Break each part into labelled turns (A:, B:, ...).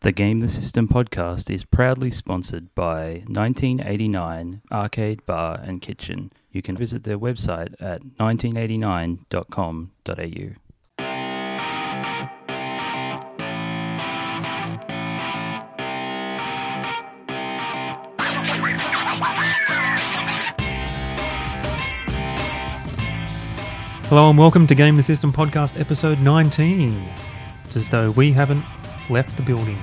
A: The Game the System podcast is proudly sponsored by 1989 Arcade Bar and Kitchen. You can visit their website at 1989.com.au.
B: Hello and welcome to Game the System Podcast episode 19. It's as though we haven't left the building.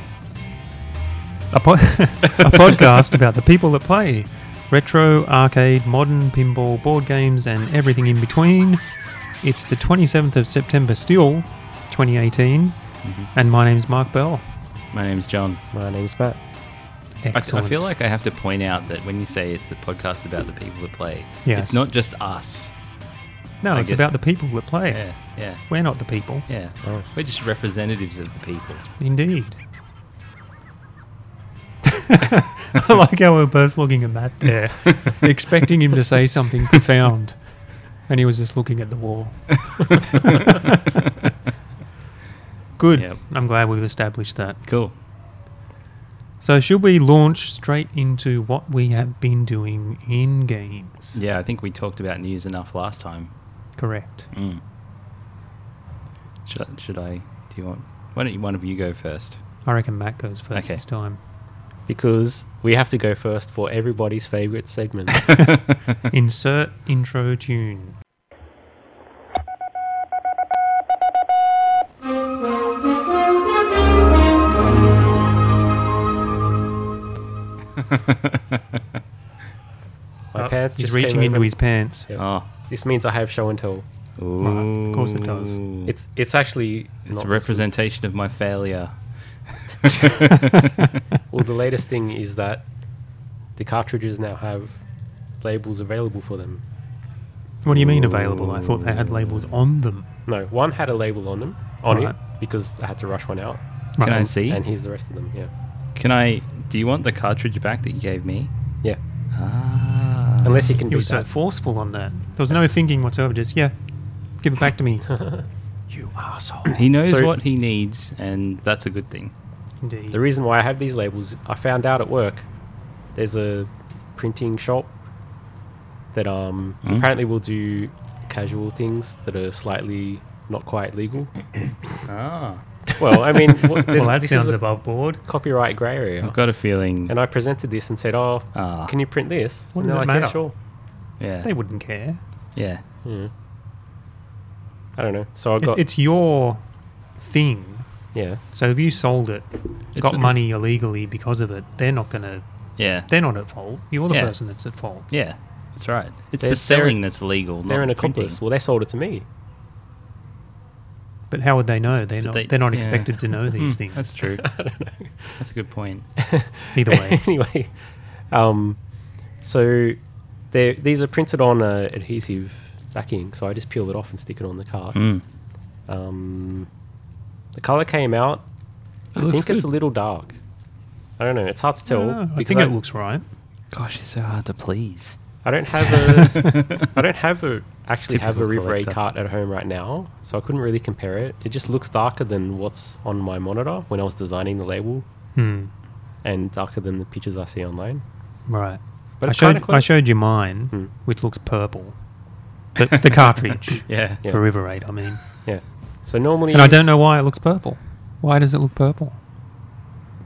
B: A, po- a podcast about the people that play retro, arcade, modern, pinball, board games, and everything in between. It's the 27th of September, still 2018,
A: Mm-hmm.
B: and my name's Mark Bell.
A: My name's John.
C: My name's Matt.
A: I,
B: Excellent.
A: I feel like I have to point out that when you say it's a podcast about the people that play, it's
B: Yes.
A: not just us.
B: no,
A: I
B: it's
A: guess-
B: about the people that play.
A: Yeah, yeah,
B: We're not the people,
A: yeah.
C: Oh.
A: We're just representatives of the people.
B: indeed. I like how we're both looking at Matt there. expecting him to say something profound, and he was just looking at the wall. Good.
A: Yep.
B: I'm glad we've established that.
A: Cool.
B: So, should we launch straight into what we have been doing in games?
A: Yeah, I think we talked about news enough last time.
B: Correct.
A: Mm. Should, I- should I? Do you want? Why don't you, one of you go first?
B: I reckon Matt goes first
A: Okay.
B: this time.
C: Because we have to go first for everybody's favorite segment.
B: Insert intro tune.
C: My
B: Oh,
C: pants
B: he's
C: just
B: reaching
C: came
B: into
C: over.
B: his pants.
C: Yeah.
A: Oh,
C: This means I have show and tell.
B: Right, of course it does.
A: Ooh.
C: It's it's actually
A: it's
C: not
A: a
C: this
A: representation of my failure.
C: good. Well, the latest thing is that the cartridges now have labels available for them.
B: What do you mean available? I thought they had labels on them.
C: No, one had a label on them on it
B: Right.
C: because I had to rush one out,
B: Right.
A: Can I see?
C: and here's the rest of them. Yeah,
A: Can I? Do you want the cartridge back that you gave me?
C: yeah.
A: Ah.
C: Unless you can
B: You
C: do
B: were so
C: that.
B: forceful on that. There was no thinking whatsoever. Just yeah, give it back to me. you asshole.
A: he knows
C: So-
A: what he needs, and that's a good thing.
B: Indeed.
C: The reason why I have these labels, I found out at work. There's a printing shop that um,
B: Hmm?
A: Mm.
C: apparently will do casual things that are slightly not quite legal.
A: Ah.
C: Well, I mean, what,
B: well,
C: there's-
B: that
C: this
B: sounds
C: is a
B: above board.
C: copyright grey area.
A: I've got a feeling.
C: And I presented this and said, "Oh,
A: Ah.
C: can you print this?"
B: What
C: and
B: does
C: they're
B: it
C: like,
B: matter?
C: "Yeah, sure."
A: yeah.
B: They wouldn't care.
A: Yeah.
C: Hmm. I don't know. So I
B: It,
C: got
B: it's your thing.
C: yeah.
B: So if you sold it,
A: It's
B: got
A: a-
B: money illegally because of it, they're not gonna.
A: Yeah.
B: They're not at fault. You're the
A: Yeah.
B: person that's at fault.
A: Yeah. That's right. It's
C: They're-
A: the
C: they're-
A: selling that's legal.
C: They're
A: not
C: an
A: the printing.
C: accomplice. Well, they sold it to me.
B: But how would they know? They're
A: But
B: not.
A: they-
B: They, are not
A: yeah.
B: expected to know these
A: Hmm,
B: things.
A: That's true.
C: I don't know.
A: That's a good point.
B: Either way,
C: anyway, um, so they're- these are printed on uh, adhesive backing, so I just peel it off and stick it on the card.
A: Mm.
C: Um, the color came out.
A: It
C: I
A: looks
C: think it's a
A: good.
C: little dark. I don't know. It's hard to
B: I
C: tell.
B: don't know. I
C: because
B: think it looks right.
A: Gosh, it's so hard to please.
C: I don't have a. I don't have a actually have a
A: Typical
C: River Raid
A: collector.
C: cart at home right now, so I couldn't really compare it. It just looks darker than what's on my monitor when I was designing the label,
B: Hmm.
C: and darker than the pictures I see online.
B: Right.
C: But
B: I
C: it's kinda
B: showed, I
C: close.
B: showed you mine,
C: Hmm.
B: which looks purple. The, the cartridge
A: Yeah.
C: Yeah.
B: for River Raid, I mean.
C: Yeah. So normally,
B: And I don't know why it looks purple. Why does it look purple?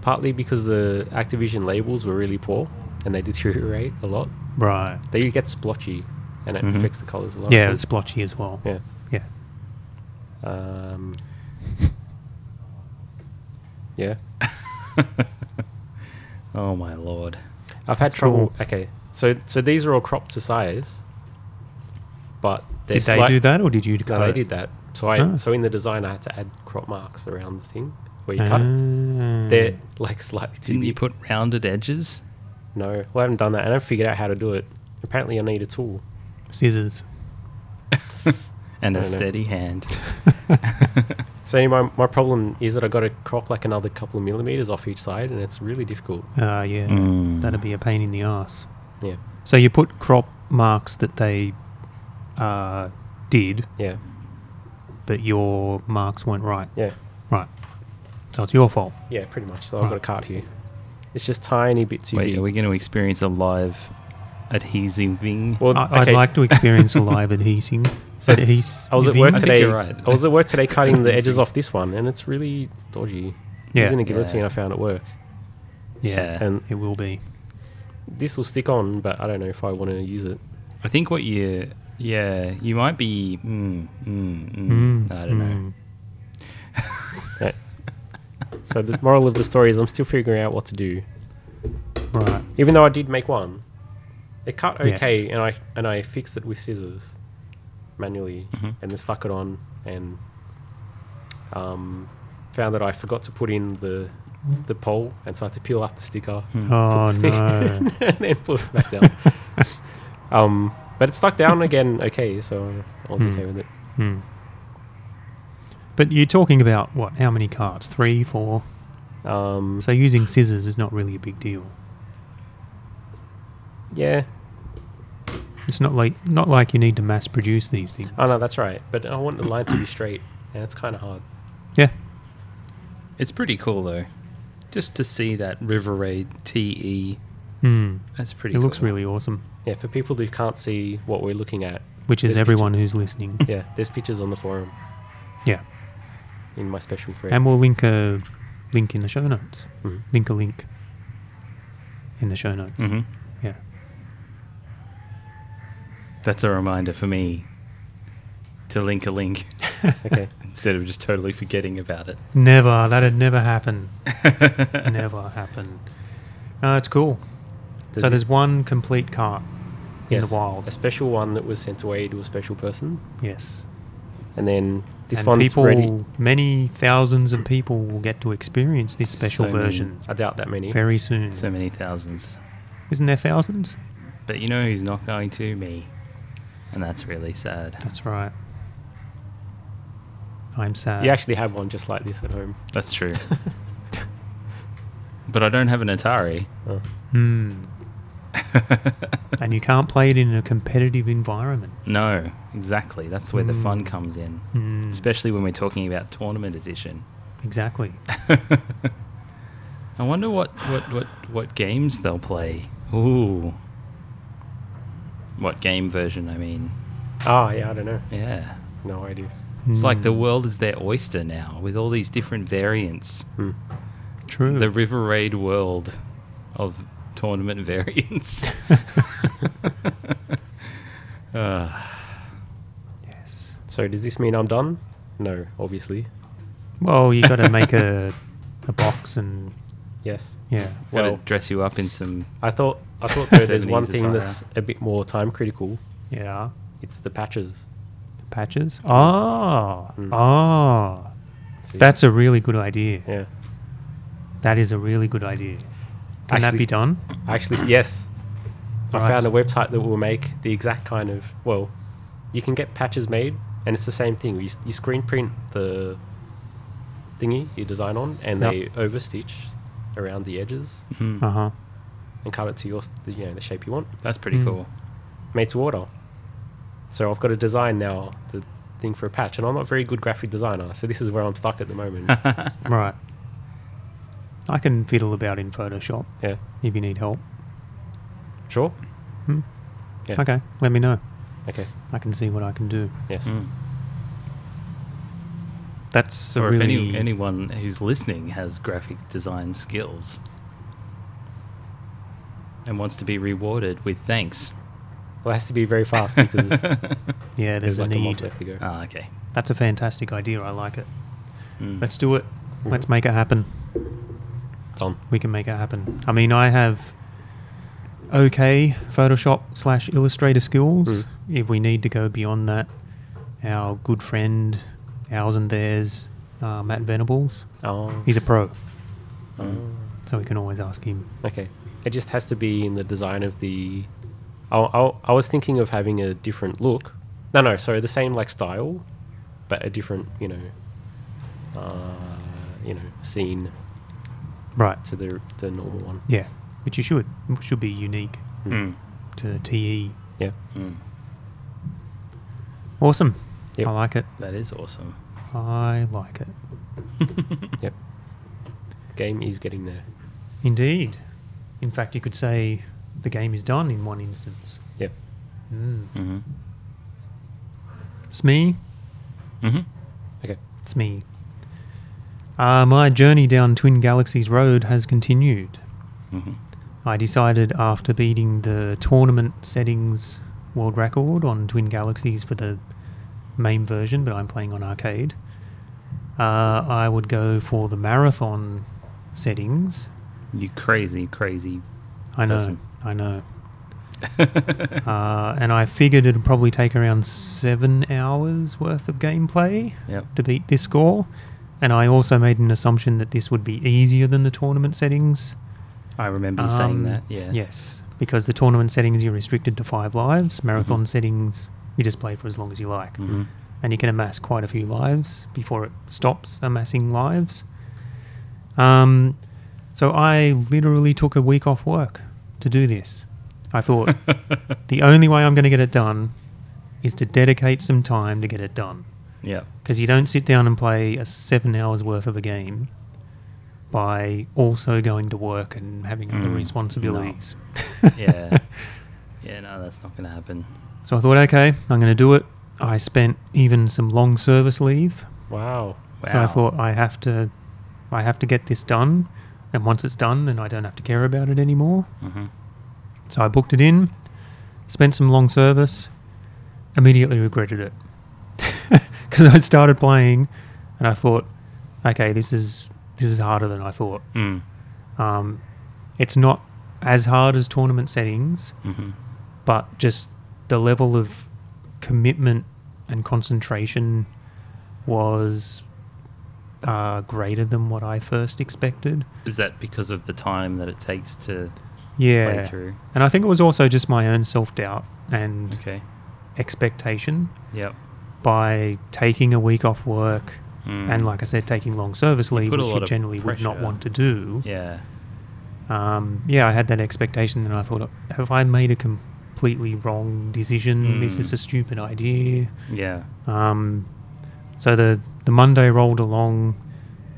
C: partly because the Activision labels were really poor and they deteriorate a lot.
B: Right.
C: They get splotchy, and it
A: Mhm.
C: affects the colors a lot.
B: Mm-hmm. Yeah, it was splotchy as well.
C: yeah.
B: Yeah.
C: Um, yeah.
A: Oh my lord.
C: I've had
B: That's
C: trouble.
B: cool.
C: Okay, so so these are all cropped to size, but they're
B: Did they
C: slight-
B: do that or did you
C: No,
B: cut
C: they
B: it?
C: did that. So I
B: Ah.
C: so in the design I had to add crop marks around the thing where you cut it.
B: Ah.
C: They're like slightly too
B: Mm.
A: Didn't you
C: big.
A: put rounded edges?
C: No, well, I haven't done that. and I haven't figured out how to do it. Apparently, I need a tool.
B: Ah, Scissors.
A: And
C: I
A: a
C: don't know.
A: steady hand.
C: So anyway, my, my problem is that I got to crop like another couple of millimeters off each side, and it's really difficult.
B: Ah, yeah.
A: Mm.
B: That'd be a pain in the ass.
C: Yeah,
B: So you put crop marks that they uh, did,
C: yeah,
B: but your marks weren't right.
C: yeah.
B: Right. So it's your fault.
C: Yeah, pretty much. So I've
B: Right.
C: got a cart here. It's just tiny bits you
A: Wait,
C: big.
A: are we going to experience a live adhesiving?
C: well,
B: I, I'd
C: okay,
B: like to experience a live adhesive.
C: So
B: adhes-
C: I was at
B: iving?
A: I
C: work
A: think
C: today.
A: you're right.
C: I was at work today cutting the edges
A: Easy.
C: off this one, and it's really dodgy.
B: Yeah,
C: Using a guillotine
A: Yeah.
C: I found at work,
A: yeah.
C: and
B: it will be.
C: this will stick on, but I don't know if I want to use it.
A: I think what you, yeah, you might be. Mm, mm, mm,
C: Hmm.
B: Mm,
A: I don't know.
B: mm.
C: So the moral of the story is I'm still figuring out what to do.
B: mm. Right.
C: Even though I did make one, it cut
B: Yes.
C: okay, and I and I fixed it with scissors manually,
B: Mm-hmm.
A: Mhm.
C: and then stuck it on, and um, found that I forgot to put in the the pole, and so I had to peel up the sticker
A: Hmm.
B: Oh no.
C: and then put it back down. um, but it stuck down again okay, so I was
B: Hmm.
C: okay with it.
B: Hmm. But you're talking about what? How many cards? Three, four.
C: Um,
B: So using scissors is not really a big deal.
C: yeah,
B: It's not like not like you need to mass produce these things.
C: oh no, that's right. But I want the line to be straight, and it's kind of hard.
B: Yeah.
A: It's pretty cool though, just to see that Riverade TE.
B: Hmm.
A: E, That's pretty.
B: It looks
A: cool.
B: really awesome.
C: Yeah, for people who can't see what we're looking at,
B: Which is
C: There's
B: everyone who's listening.
C: yeah, there's pictures on the forum
B: Yeah.
C: in my special thread.
B: And we'll link a link in the show notes.
C: Mhm.
B: Link a link in the show notes.
C: Mm-hmm.
A: Mhm.
B: Yeah.
A: That's a reminder for me to link a link
C: okay,
A: instead of just totally forgetting about it.
B: Never. That'd never happen. never happen. Uh, it's cool.
C: Does
B: so
C: this-
B: there's one complete cart in
C: Yes,
B: the wild.
C: a special one that was sent away to a special person,
B: Yes.
C: and then this
B: and
C: one's
B: people,
C: ready.
B: many thousands of people will get to experience this special
A: So many.
B: version
C: I doubt that many.
B: very soon.
A: So many thousands,
B: Isn't there thousands?
A: but you know who's not going to me, and that's really sad.
B: That's right. I'm sad.
C: You actually have one just like this at home.
A: That's true. but I don't have an Atari.
C: Oh.
B: Hmm. and you can't play it in a competitive environment.
A: No, exactly. That's where the fun
B: Mm.
A: comes in,
B: Hmm.
A: especially when we're talking about tournament edition.
B: Exactly.
A: I wonder what, what, what, what games they'll play. Ooh. What game version, I mean.
C: Ah, yeah, I don't know.
A: Yeah.
C: No idea.
A: It's like the
B: Hmm.
A: world is their oyster now with all these different variants.
C: Hmm.
B: True.
A: The River Raid world of tournament variants. uh,
B: yes.
C: So does this mean I'm done? No, obviously.
B: Well, you got to make a a box and
C: Yes.
B: yeah.
A: well,
C: Well-
A: dress you up in some.
C: I thought I thought though there's
A: Seven
C: one
A: easy
C: thing
A: fire.
C: that's a bit more time critical.
B: Yeah.
C: It's the patches.
B: Patches. Ah.
C: Mm.
B: Ah.
C: See?
B: That's a really good idea.
C: yeah.
B: That is a really good idea. Can that
C: Actually-
B: be done?
C: Actually, yes. I
B: Right.
C: found a website that will make the exact kind of well, you can get patches made, and it's the same thing. You, s- you screen print the thingy you design on, and
B: Yep.
C: they over stitch around the edges
A: Hmm,
B: Uh huh.
C: and cut it to your s- the, you know the shape you want,
A: that's pretty
B: Mm.
A: cool.
C: made to order. So I've got to design now the thing for a patch, and I'm not a very good graphic designer, so this is where I'm stuck at the moment.
B: Right. I can fiddle about in Photoshop
C: yeah,
B: if you need help.
C: sure.
B: Hmm?
C: Yeah.
B: Okay, let me know.
C: Okay.
B: I can see what I can do.
C: Yes.
A: Hmm.
B: That's a
A: or if
B: really
A: any, anyone who's listening has graphic design skills and wants to be rewarded with thanks.
C: Well, it has to be very fast because there's,
B: yeah. There's, a
C: like a month
B: need.
C: left to go.
A: Ah, okay.
B: That's a fantastic idea. I like it.
A: Mm.
B: Let's do it.
C: Mhm.
B: Let's make it happen.
C: Done.
B: We can make it happen. I mean, I have okay Photoshop slash Illustrator skills.
C: Mm.
B: If we need to go beyond that, our good friend, ours and theirs, uh, Matt Venables,
C: Oh.
B: he's a pro,
A: Hmm.
C: Oh.
B: so we can always ask him.
C: Okay. It just has to be in the design of the. I, I, I was thinking of having a different look. No, no, sorry, the same like style, but a different, you know, uh, you know, scene
B: Right.
C: to the the normal one.
B: Yeah, which you should should be unique
A: Mm.
B: to E. TE.
C: Yeah.
A: Mm.
B: Awesome.
C: Yep.
B: I like it.
A: That is awesome.
B: I like it.
C: Yep. game is getting there.
B: Indeed. In fact, you could say the game is done in one instance.
C: Yep.
B: Mm.
A: Mm-hmm.
B: It's me.
A: Mm-hmm.
C: Okay.
B: It's me. Uh, my journey down Twin Galaxies Road has continued.
A: Mm-hmm.
B: I decided after beating the tournament settings world record on Twin Galaxies for the main version that I'm playing on arcade, uh, I would go for the marathon settings.
A: You crazy, crazy.
B: I know,
A: Awesome.
B: I know. Uh, and I figured it'd probably take around seven hours worth of gameplay
A: Yep.
B: to beat this score. And I also made an assumption that this would be easier than the tournament settings.
A: I remember you saying
B: Um,
A: that. Yeah.
B: Yes, because the tournament settings you're restricted to five lives. Marathon
A: Mhm.
B: settings you just play for as long as you like,
A: Mm-hmm.
B: and you can amass quite a few lives before it stops amassing lives. Um, so I literally took a week off work to do this. I thought the only way I'm going to get it done is to dedicate some time to get it done
A: Yep.
B: because you don't sit down and play a seven hours worth of a game by also going to work and having other
A: Mm,
B: responsibilities.
A: Yeah. yeah. No, that's not going to happen.
B: so I thought, okay, I'm going to do it. I spent even some long service leave,
C: Wow.
A: Wow.
B: so I thought I have to, I have to get this done, and once it's done, then I don't have to care about it anymore.
A: Mm-hmm.
B: So I booked it in, spent some long service, immediately regretted it. Because I started playing and I thought, okay, this is this is harder than I thought.
A: Mm.
B: Um, it's not as hard as tournament settings,
A: Mm-hmm.
B: but just the level of commitment and concentration was uh, greater than what I first expected.
A: Is that because of the time that it takes to
B: Yeah.
A: play through?
B: And I think it was also just my own self doubt and
A: Okay.
B: expectation
A: Yep.
B: by taking a week off work
A: Mm.
B: and, like I said, taking long service leave,
A: put a
B: which
A: lot
B: you
A: of
B: generally would not
A: pressure.
B: want to do.
A: Yeah.
B: Um, yeah, I had that expectation, and I thought, have I made a completely wrong decision? This
A: Mm.
B: is a stupid idea.
A: Yeah.
B: Um, so the the Monday rolled along,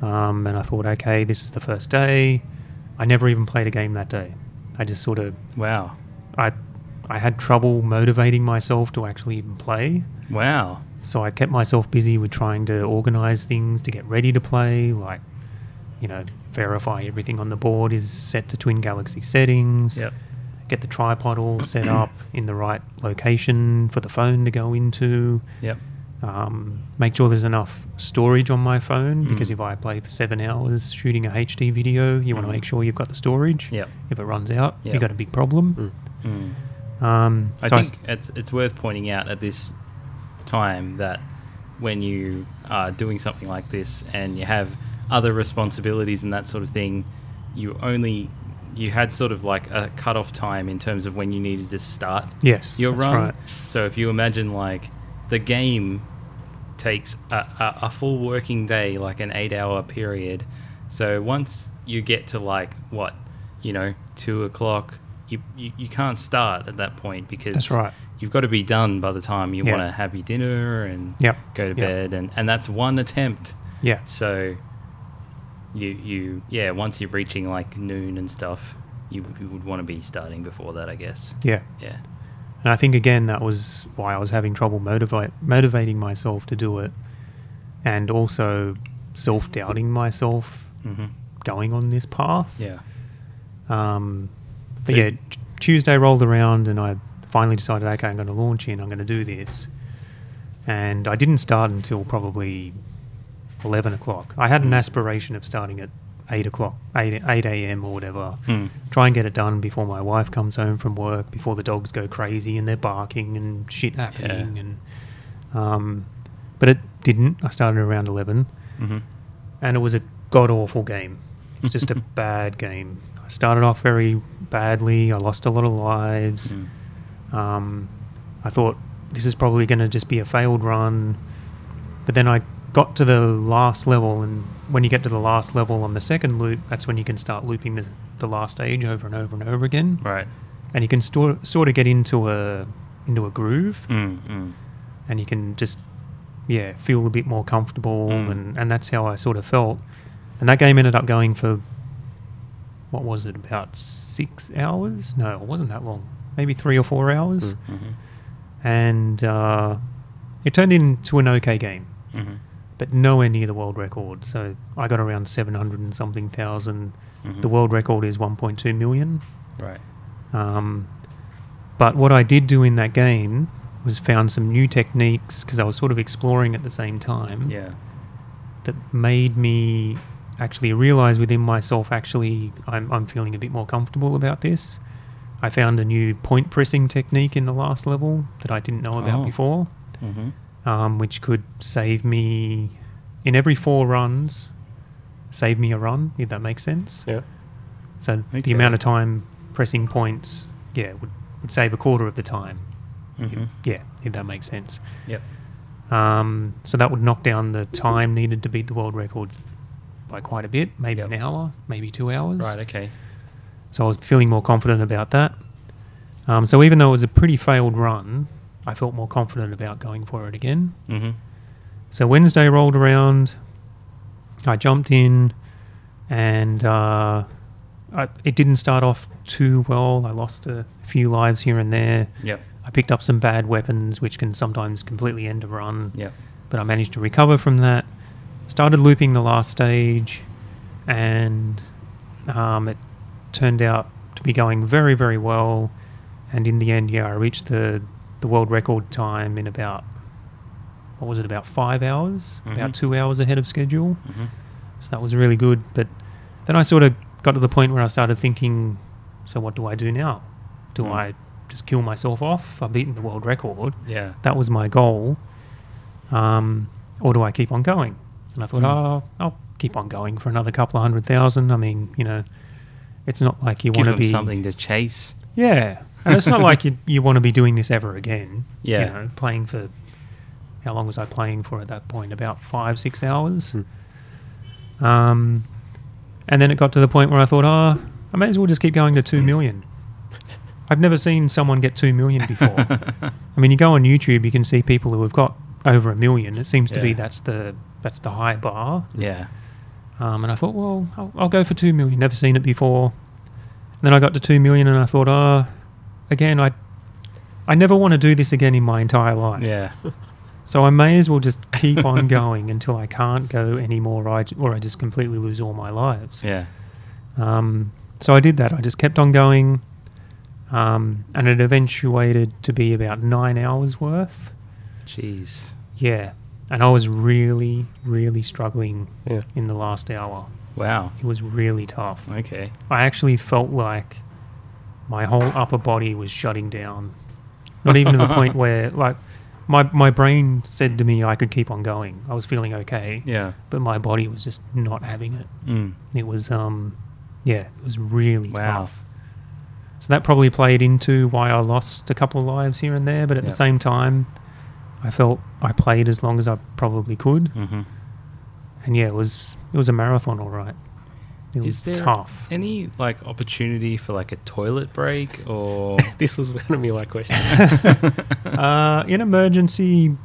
B: um, and I thought, okay, this is the first day. I never even played a game that day. I just sort of
A: Wow.
B: I I had trouble motivating myself to actually even play.
A: Wow.
B: So I kept myself busy with trying to organize things to get ready to play, like, you know, verify everything on the board is set to Twin Galaxy settings,
A: Yep.
B: get the tripod all set up in the right location for the phone to go into,
A: Yep.
B: um, make sure there's enough storage on my phone because
A: Mm.
B: if I play for seven hours shooting a HD video, you want to
A: Mhm.
B: make sure you've got the storage.
A: Yep.
B: If it runs out,
A: Yep.
B: you've got a big problem.
C: Mm.
A: Mm.
B: Um,
A: I
B: so I s-
A: think it's it's worth pointing out at this time that when you are doing something like this and you have other responsibilities and that sort of thing, you only you had sort of like a cutoff time in terms of when you needed to start
B: yes,
A: your
B: that's
A: run.
B: right.
A: So if you imagine like the game takes a, a, a full working day, like an eight hour period. So once you get to like what, you know, two o'clock, you, you, you can't start at that point because
B: That's right.
A: you've got to be done by the time you
B: Yeah.
A: want to have your dinner and
B: Yep.
A: go to
B: Yep.
A: bed. And, and that's one attempt.
B: Yeah.
A: So you, you, yeah, once you're reaching like noon and stuff, you, you would want to be starting before that, I guess.
B: Yeah.
A: Yeah.
B: And I think again that was why I was having trouble motivate motivating myself to do it, and also self doubting myself
A: Mm-hmm.
B: going on this path.
A: Yeah.
B: Um, but
A: So-
B: yeah, t- Tuesday rolled around, and I finally decided, okay, I'm going to launch in. I'm going to do this. And I didn't start until probably eleven o'clock. I had an
A: Mm.
B: aspiration of starting at eight o'clock, eight eight a.m. or whatever.
A: Mm.
B: try and get it done before my wife comes home from work, before the dogs go crazy and they're barking and shit happening. And um, but it didn't. I started around eleven,
A: hmm
B: and it was a god awful game. It was just a bad game. I started off very badly. I lost a lot of lives.
A: Mm.
B: Um, I thought this is probably going to just be a failed run, but then I got to the last level, and when you get to the last level on the second loop, that's when you can start looping the, the last stage over and over and over again,
A: Right.
B: and you can stor- sort of get into a into a groove,
A: Mm, mm.
B: and you can just yeah feel a bit more comfortable,
A: Mm.
B: and and that's how I sort of felt. And that game ended up going for what was it about six hours? No, it wasn't that long. Maybe three or four hours,
C: Mm.
A: Mm-hmm.
B: and uh, it turned into an okay game,
A: Mm-hmm.
B: but nowhere near the world record. So I got around seven hundred and something 1000
A: Mhm.
B: The world record is one point two million.
A: Right.
B: Um, but what I did do in that game was found some new techniques because I was sort of exploring at the same time
A: Yeah.
B: that made me actually realize within myself actually I'm, I'm feeling a bit more comfortable about this. I found a new point pressing technique in the last level that I didn't know about
A: Oh.
B: before,
A: Mm-hmm.
B: um, which could save me in every four runs, save me a run, if that makes sense.
C: Yeah.
B: So
A: Okay.
B: the amount of time pressing points, yeah, would, would save a quarter of the time.
A: Mm-hmm.
B: Yeah, if that makes sense.
A: Yep.
B: Um, so that would knock down the time needed to beat the world record by quite a bit, maybe
A: Yep.
B: an hour, maybe two hours.
A: Right. Okay.
B: So I was feeling more confident about that. Um, so even though it was a pretty failed run, I felt more confident about going for it again.
A: Mm-hmm.
B: So Wednesday rolled around. I jumped in, and uh, I, it didn't start off too well. I lost a few lives here and there.
A: Yep.
B: I picked up some bad weapons, which can sometimes completely end a run.
A: Yep.
B: But I managed to recover from that. Started looping the last stage, and um, it turned out to be going very, very well. And in the end, yeah, I reached the, the world record time in about, what was it, about five hours?
A: Mhm.
B: About two hours ahead of schedule.
A: Mm-hmm.
B: So that was really good. But then I sort of got to the point where I started thinking, so what do I do now? Do
A: Mm.
B: I just kill myself off? I've beaten the world record.
A: Yeah.
B: That was my goal. Um, or do I keep on going? And I thought,
A: Mm.
B: oh, I'll keep on going for another couple of hundred thousand. I mean, you know, it's not like you
A: Give
B: want to
A: them
B: be
A: something to chase.
B: Yeah, and it's not like you you want to be doing this ever again.
A: Yeah.
B: you know, playing for how long was I playing for at that point? About five, six hours.
A: Hmm.
B: Um, and then it got to the point where I thought, ah, I may as well just keep going to two million. I've never seen someone get two million before. I mean, you go on YouTube, you can see people who have got over a million. It seems to be
A: Yeah.
B: that's the that's the high bar.
A: yeah.
B: Um, and I thought, well, I'll, I'll go for two million. Never seen it before. And then I got to two million, and I thought, ah, again, I, I never want to do this again in my entire life.
A: Yeah.
B: So I may as well just keep on going until I can't go anymore, or I, j- or I just completely lose all my lives.
A: Yeah.
B: Um, so I did that. I just kept on going, um, and it eventuated to be about nine hours worth.
A: Jeez.
B: Yeah, and I was really, really struggling
C: Yeah.
B: in the last hour.
A: Wow.
B: It was really tough.
A: Okay.
B: I actually felt like my whole upper body was shutting down. Not even to the point where, like, my my brain said to me I could keep on going. I was feeling okay,
A: Yeah.
B: but my body was just not having it.
A: Mm.
B: It was, um, yeah, it was really
A: Wow.
B: tough. So that probably played into why I lost a couple of lives here and there. But at
A: Yeah.
B: the same time, I felt I played as long as I probably could,
A: Mm-hmm.
B: and yeah, it was it was a marathon, all right. It was
A: Is there
B: tough.
A: any like opportunity for like a toilet break or?
C: this was going to be my question.
B: Uh, in emergency,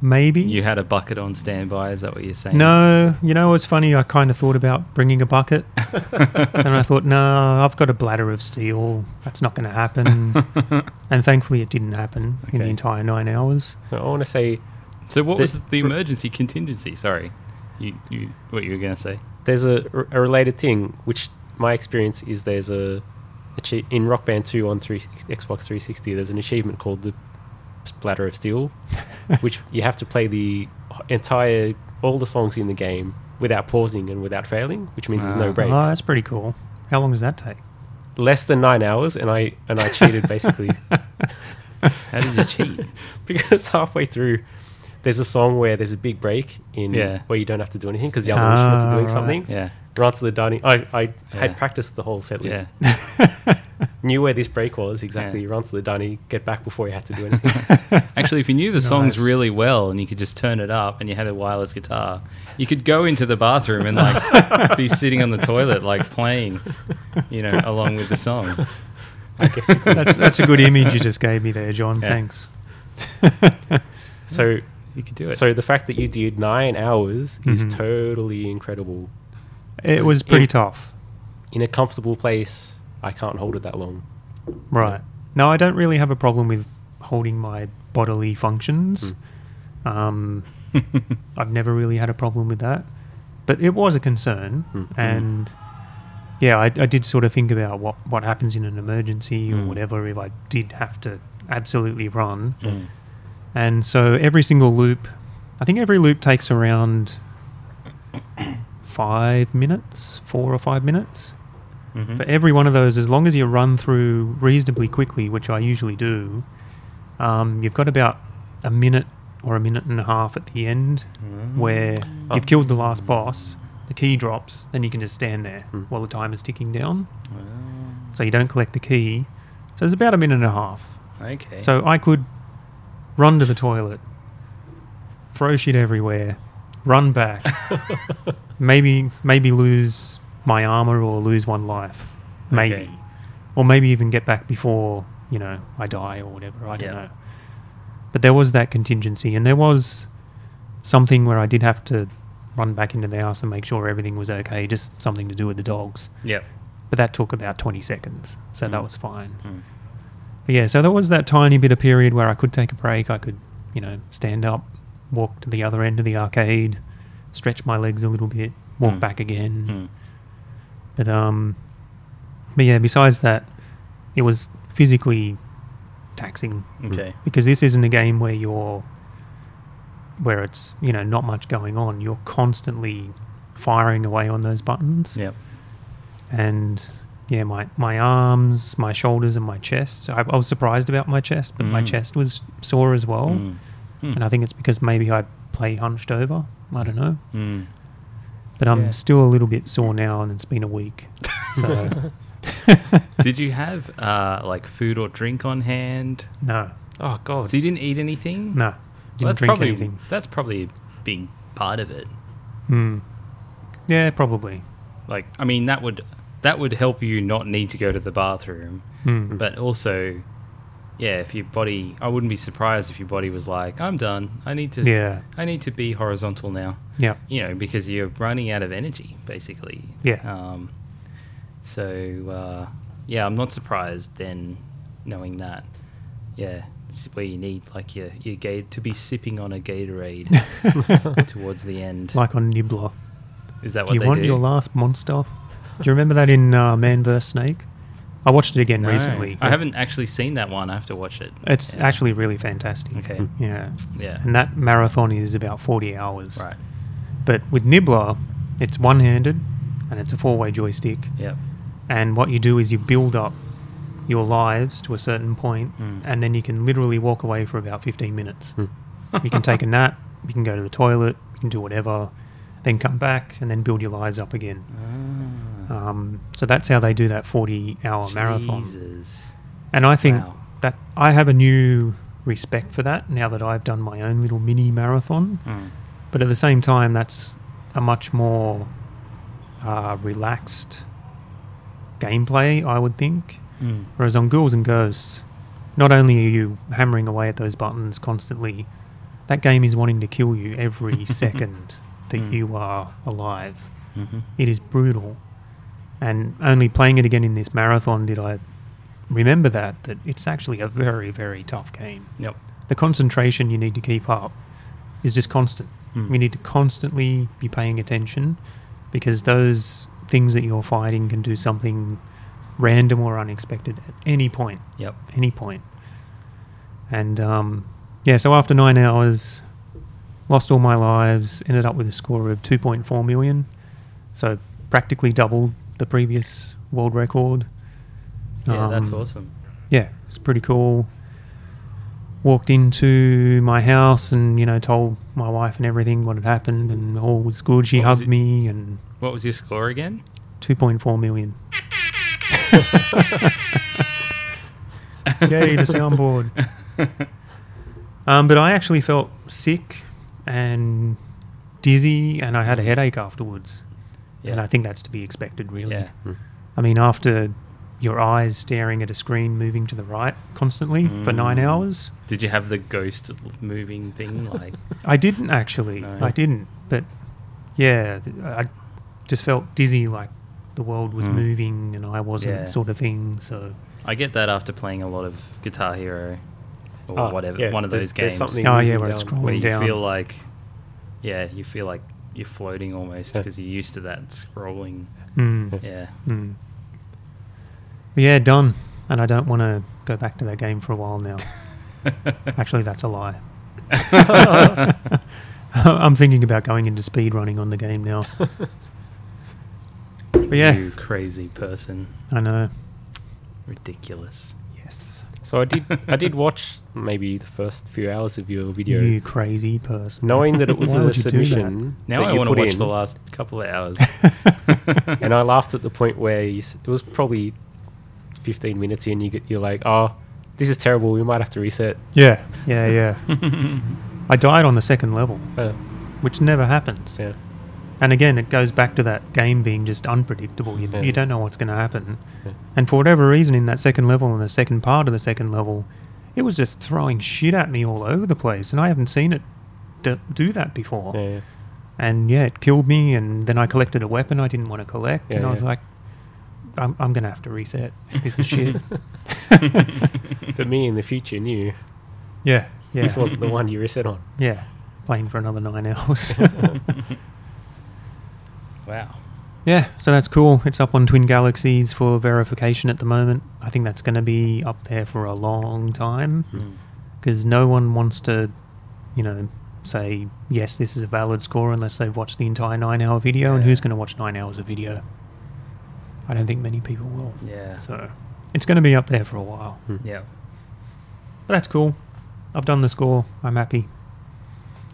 B: maybe.
A: you had a bucket on standby. Is that what you're saying?
B: No, you know what's funny? I kind of thought about bringing a bucket, and I thought, no, I've got a bladder of steel. That's not going to happen. and thankfully, it didn't happen in the
A: Okay.
B: entire nine hours.
C: So I want to say
A: So what
C: This-
A: was the emergency contingency? Sorry, you, you what you were going to say?
C: there's a, a related thing, which my experience is there's a, a chea- in Rock Band 2 on three, Xbox 360, there's an achievement called the Splatter of Steel, which you have to play the entire, all the songs in the game without pausing and without failing, which means there's
A: Ah.
C: no breaks.
B: Oh, that's pretty cool. How long does that take?
C: Less than nine hours, and I and I cheated basically.
A: How did you cheat?
C: because halfway through there's a song where there's a big break in
A: Yeah.
C: where you don't have to do anything because the other instruments
B: Ah,
C: are doing
B: right.
C: something.
A: Yeah,
C: Right to the dining. I, I
A: Yeah.
C: had practiced the whole set
A: yeah.
C: list. Knew where this break was exactly.
A: Yeah.
C: Run to the dining, get back before you had to do anything.
A: Actually, if you knew the songs
B: Nice.
A: really well and you could just turn it up, and you had a wireless guitar, you could go into the bathroom and like be sitting on the toilet, like playing, you know, along with the song.
C: I guess you could.
B: That's that's a good image you just gave me there, John.
A: Yeah.
B: Thanks.
C: so
A: You could do it.
C: so the fact that you did nine hours is
B: Mhm.
C: totally incredible.
B: It was pretty
C: in-
B: tough.
C: in a comfortable place, I can't hold it that long.
B: Right. No, I don't really have a problem with holding my bodily functions. Um, I've never really had a problem with that. But it was a concern.
C: Mm.
B: And yeah, I, I did sort of think about what, what happens in an emergency or
A: Mm.
B: whatever if I did have to absolutely run.
A: Mm.
B: And so every single loop, I think every loop takes around five minutes, four or five minutes.
A: Mhm.
B: For every one of those, as long as you run through reasonably quickly, which I usually do, um, you've got about a minute or a minute and a half at the end
A: Mm.
B: where
C: Oh.
B: you've killed the last boss, the key drops, then you can just stand there
A: Mm.
C: Hmm.
B: while the time is ticking down.
A: Ah,
B: So you don't collect the key. So it's about a minute and a half.
A: okay.
B: So I could run to the toilet, throw shit everywhere, run back, maybe maybe lose my armor or lose one life, maybe,
A: Okay.
B: or maybe even get back before you know I die or whatever. I don't
A: Yeah.
B: know. But there was that contingency, and there was something where I did have to run back into the house and make sure everything was okay. Just something to do with the dogs,
A: yep.
B: but that took about twenty seconds, so that
A: Mm.
B: was fine.
A: Mm.
B: But yeah, so there was that tiny bit of period where I could take a break. I could, you know, stand up, walk to the other end of the arcade, stretch my legs a little bit, walk
A: Mm.
B: back again.
A: Mm.
B: But um, but yeah, besides that, it was physically taxing
A: Okay.
B: because this isn't a game where you're where it's you know not much going on. You're constantly firing away on those buttons
A: Yep.
B: and yeah, my my arms, my shoulders, and my chest. I, I was surprised about my chest, but my
A: Mm.
B: chest was sore as well,
A: Mm. Mm.
B: and I think it's because maybe I play hunched over. I don't know,
A: Mm.
B: but I'm
A: Yeah.
B: still a little bit sore now, and it's been a week. So
A: Did you have uh, like food or drink on hand?
B: no,
C: Oh god.
A: So you didn't eat anything?
B: no, didn't
A: Well, that's
B: drink
A: probably
B: anything.
A: that's probably a big part of it.
B: Hmm. Yeah, probably.
A: Like, I mean, that would that would help you not need to go to the bathroom,
B: Hmm.
A: but also, yeah, if your body, I wouldn't be surprised if your body was like, I'm done. I need to.
B: Yeah.
A: I need to be horizontal now.
B: Yeah.
A: You know, because you're running out of energy, basically.
B: Yeah.
A: Um, so, uh, yeah, I'm not surprised then knowing that. Yeah, it's where you need, like, your, your Gate to be sipping on a Gatorade towards the end.
B: like on Nibbler.
A: Is that what
B: Do you
A: they
B: want
A: do?
B: your last monster? Do you remember that in uh, Man vs Snake? I watched it again
A: No,
B: recently.
A: I haven't actually seen that one. I have to watch it.
B: It's
A: Yeah.
B: actually really fantastic.
A: Okay.
B: Yeah.
A: Yeah.
B: And that marathon is about 40 hours.
A: Right.
B: But with Nibbler, it's one handed and it's a four way joystick.
A: Yep.
B: And what you do is you build up your lives to a certain point,
A: Mm.
B: and then you can literally walk away for about 15 minutes.
C: Hmm.
B: You can take a nap, you can go to the toilet, you can do whatever, then come back and then build your lives up again.
A: Ah,
B: Um, so that's how they do that 40 hour marathon.
A: Jesus.
B: And I think
A: Wow.
B: that I have a new respect for that now that I've done my own little mini marathon.
A: Mm.
B: But at the same time, that's a much more uh, relaxed gameplay, I would think.
A: Mm.
B: Whereas on Ghouls and Ghosts, not only are you hammering away at those buttons constantly, that game is wanting to kill you every second that
A: Mm.
B: you are alive.
A: Mhm.
B: It is brutal. And only playing it again in this marathon did I remember that, that it's actually a very, very tough game.
A: Yep.
B: The concentration you need to keep up is just constant.
A: Mm.
B: You need to constantly be paying attention because those things that you're fighting can do something random or unexpected at any point
A: Yep.
B: any point. And um, yeah, so after nine hours, lost all my lives, ended up with a score of 2.4 million. So practically double the previous world record.
A: Yeah, that's
B: Um,
A: awesome.
B: Yeah, it's pretty cool. Walked into my house and, you know, told my wife and everything what had happened and all was good. She
A: What was
B: hugged
A: it-
B: me and
A: What was your score again?
B: 2.4 million.
C: Hmm.
B: Yay, the soundboard. Um, but I actually felt sick and dizzy, and I had a headache afterwards. And I think that's to be expected, really.
A: Yeah.
B: I mean, after your eyes staring at a screen moving to the right constantly for nine
A: Mm.
B: hours,
A: Did you have the ghost moving thing? Like,
B: I didn't actually.
A: No.
B: I didn't. But yeah, th- I just felt dizzy, like the world was
A: Mm.
B: moving and I wasn't,
A: Yeah.
B: sort of thing. So
A: I get that after playing a lot of Guitar Hero or
C: Oh,
A: whatever,
C: yeah,
A: one of
C: there's-
A: those
C: there's
A: games
C: something
B: oh yeah,
C: moving
B: where it's
C: down.
B: scrolling
A: where you
B: down.
A: feel like, yeah, you feel like you're floating almost
C: Yeah.
A: because you're used to that scrolling.
B: Mm.
A: Yeah.
B: Mm. But yeah, done. And I don't want to go back to that game for a while now. Actually, that's a lie. I'm thinking about going into speed running on the game now. But yeah,
A: You crazy person.
B: I know.
A: Ridiculous.
B: Yes.
C: So I did. I did watch maybe the first few hours of your video,
B: You crazy person.
C: knowing that it was
B: Why
C: a
B: would you do that?
C: submission
A: Now
C: that
A: I
C: you
A: want to
C: put
A: watch
C: in,
A: the last couple of hours.
C: and I laughed at the point where you, s- it was probably fifteen minutes in. You get, you're like, oh, this is terrible. We might have to reset.
B: Yeah, yeah, yeah. I died on the second level,
C: Uh,
B: which never happens.
C: yeah.
B: And again, it goes back to that game being just unpredictable. You,
C: Yeah.
B: you don't know what's going to happen.
C: Yeah.
B: And for whatever reason, in that second level and the second part of the second level, it was just throwing shit at me all over the place. And I haven't seen it d- do that before.
C: Yeah, yeah.
B: And yeah, it killed me. And then I collected a weapon I didn't want to collect.
C: Yeah,
B: and I was
C: yeah.
B: like, I'm, I'm going to have to reset. This is shit.
C: But me in the future knew
B: yeah. Yeah.
C: this wasn't the one you reset on.
B: yeah. Playing for another nine hours.
A: wow.
B: Yeah, so that's cool. It's up on Twin Galaxies for verification at the moment. I think that's going to be up there for a long time
A: Mm.
B: because no one wants to, you know, say yes, this is a valid score unless they've watched the entire nine-hour video. And
A: Yeah.
B: who's going to watch nine hours of video? I don't think many people will.
A: Yeah.
B: So it's going to be up there for a while.
A: yeah.
B: But that's cool. I've done the score. I'm happy.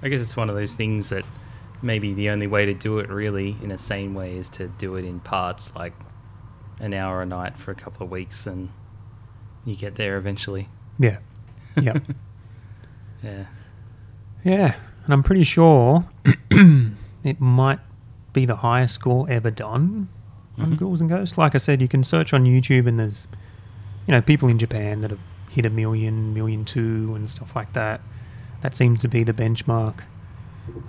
A: I guess it's one of those things that maybe the only way to do it really in a sane way is to do it in parts, like an hour a night for a couple of weeks, and you get there eventually.
B: Yeah. Yeah.
A: Yeah.
B: Yeah, and I'm pretty sure it might be the highest score ever done on
C: Mm-hmm.
A: Mhm.
B: Ghouls and Ghosts. Like I said, you can search on YouTube, and there's you know people in Japan that have hit a million, million two, and stuff like that. That seems to be the benchmark.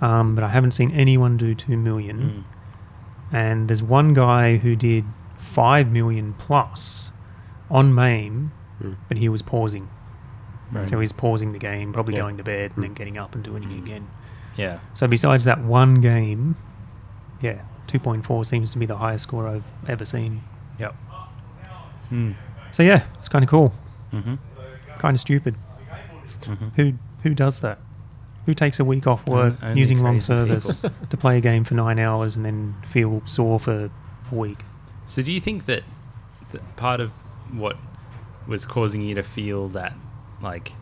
B: Um, but I haven't seen anyone do two
C: Mm.
B: million. And there's one guy who did five million plus on MAME,
C: Mm.
B: but he was pausing.
A: Right.
B: So he's pausing the game, probably
C: Yeah.
B: going to bed, and then
C: Mm.
B: getting up and doing it again.
A: yeah.
B: So besides that one game, yeah, 2.4 seems to be the highest score I've ever seen.
A: Yep.
B: So yeah, it's kind of cool,
A: Mm-hmm.
B: kind of stupid.
A: Mhm.
B: Who who does that? Who takes a week off work
A: Mm, only
B: using long
A: crazy people.
B: service to play a game for nine hours and then feel sore for a week?
A: So, do you think that, that part of what was causing you to feel that like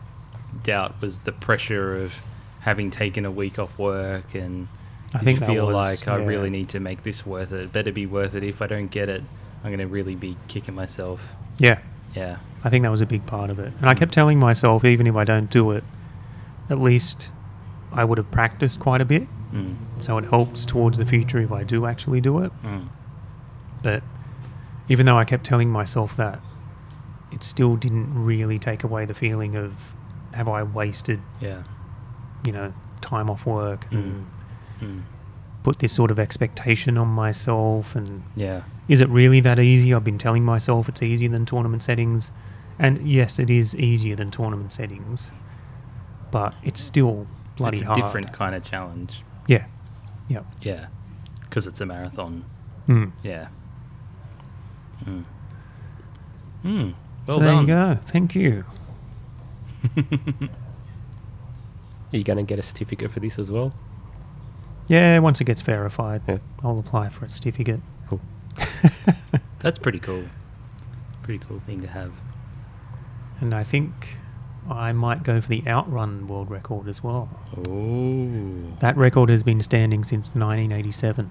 A: doubt was the pressure of having taken a week off work and
B: I
A: did
B: think
A: you
B: that
A: feel
B: was-
A: like I
B: yeah.
A: really need to make this worth it. It better be worth it. If I don't get it, I'm going to really be kicking myself.
B: Yeah,
A: Yeah.
B: I think that was a big part of it. And I kept telling myself, even if I don't do it, at least I would have practiced quite a bit.
A: Mm.
B: So it helps towards the future if I do actually do it.
A: Mm.
B: But even though I kept telling myself that, it still didn't really take away the feeling of have I wasted,
A: Yeah.
B: you know, time off work and
A: Mm.
B: put this sort of expectation on myself and
A: Yeah.
B: is it really that easy? I've been telling myself it's easier than tournament settings. And yes, it is easier than tournament settings. But it's still bloody
A: it's a
B: hard.
A: different kind of challenge.
B: Yeah. Yeah.
A: Yeah. Because it's a marathon.
B: Mm.
A: Yeah. Mm. Mm. Well
B: Hmm. so there
A: done.
B: you go. Thank you.
C: Are you going to get a certificate for this as well?
B: Yeah, once it gets verified,
C: Yeah.
B: I'll apply for a certificate.
C: Cool.
A: That's pretty cool. Pretty cool thing to have.
B: And I think I might go for the outrun world record as well.
A: Oh.
B: That record has been standing since 1987,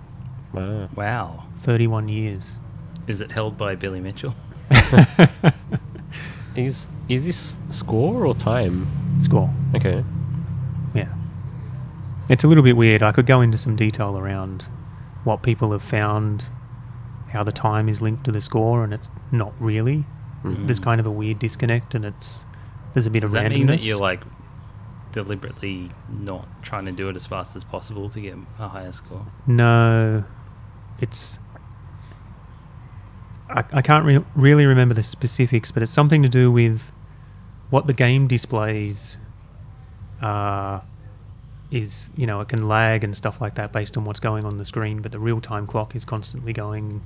C: Wow.
A: Wow.
B: 31 years.
A: Is it held by Billy Mitchell?
C: Is is this score or time?
B: Score.
C: Okay.
B: Yeah. It's a little bit weird. I could go into some detail around what people have found, how the time is linked to the score, and it's not really.
C: Mm.
B: There's kind of a weird disconnect, and it's there's a bit
A: Hmm. Does
B: of
A: that
B: randomness.
A: mean that you're like deliberately not trying to do it as fast as possible to get a higher score?
B: No, it's I, I can't re- really remember the specifics, but it's something to do with what the game displays. Uh, is you know it can lag and stuff like that based on what's going on the screen, but the real time clock is constantly going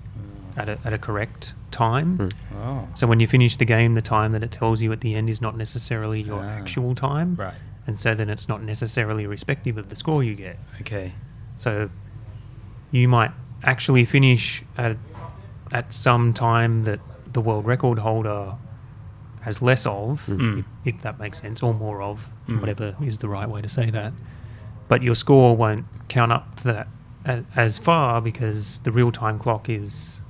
B: at a, at a correct time.
C: Mm.
A: Oh.
B: So when you finish the game, the time that it tells you at the end is not necessarily your
A: Ah.
B: actual time,
A: Right.
B: and so then it's not necessarily respective of the score you get.
A: Okay.
B: So you might actually finish at at some time that the world record holder has less of,
A: Mm.
B: if, if that makes sense, or more of,
A: Mm.
B: whatever is the right way to say that. But your score won't count up to that a- as far because the real time clock is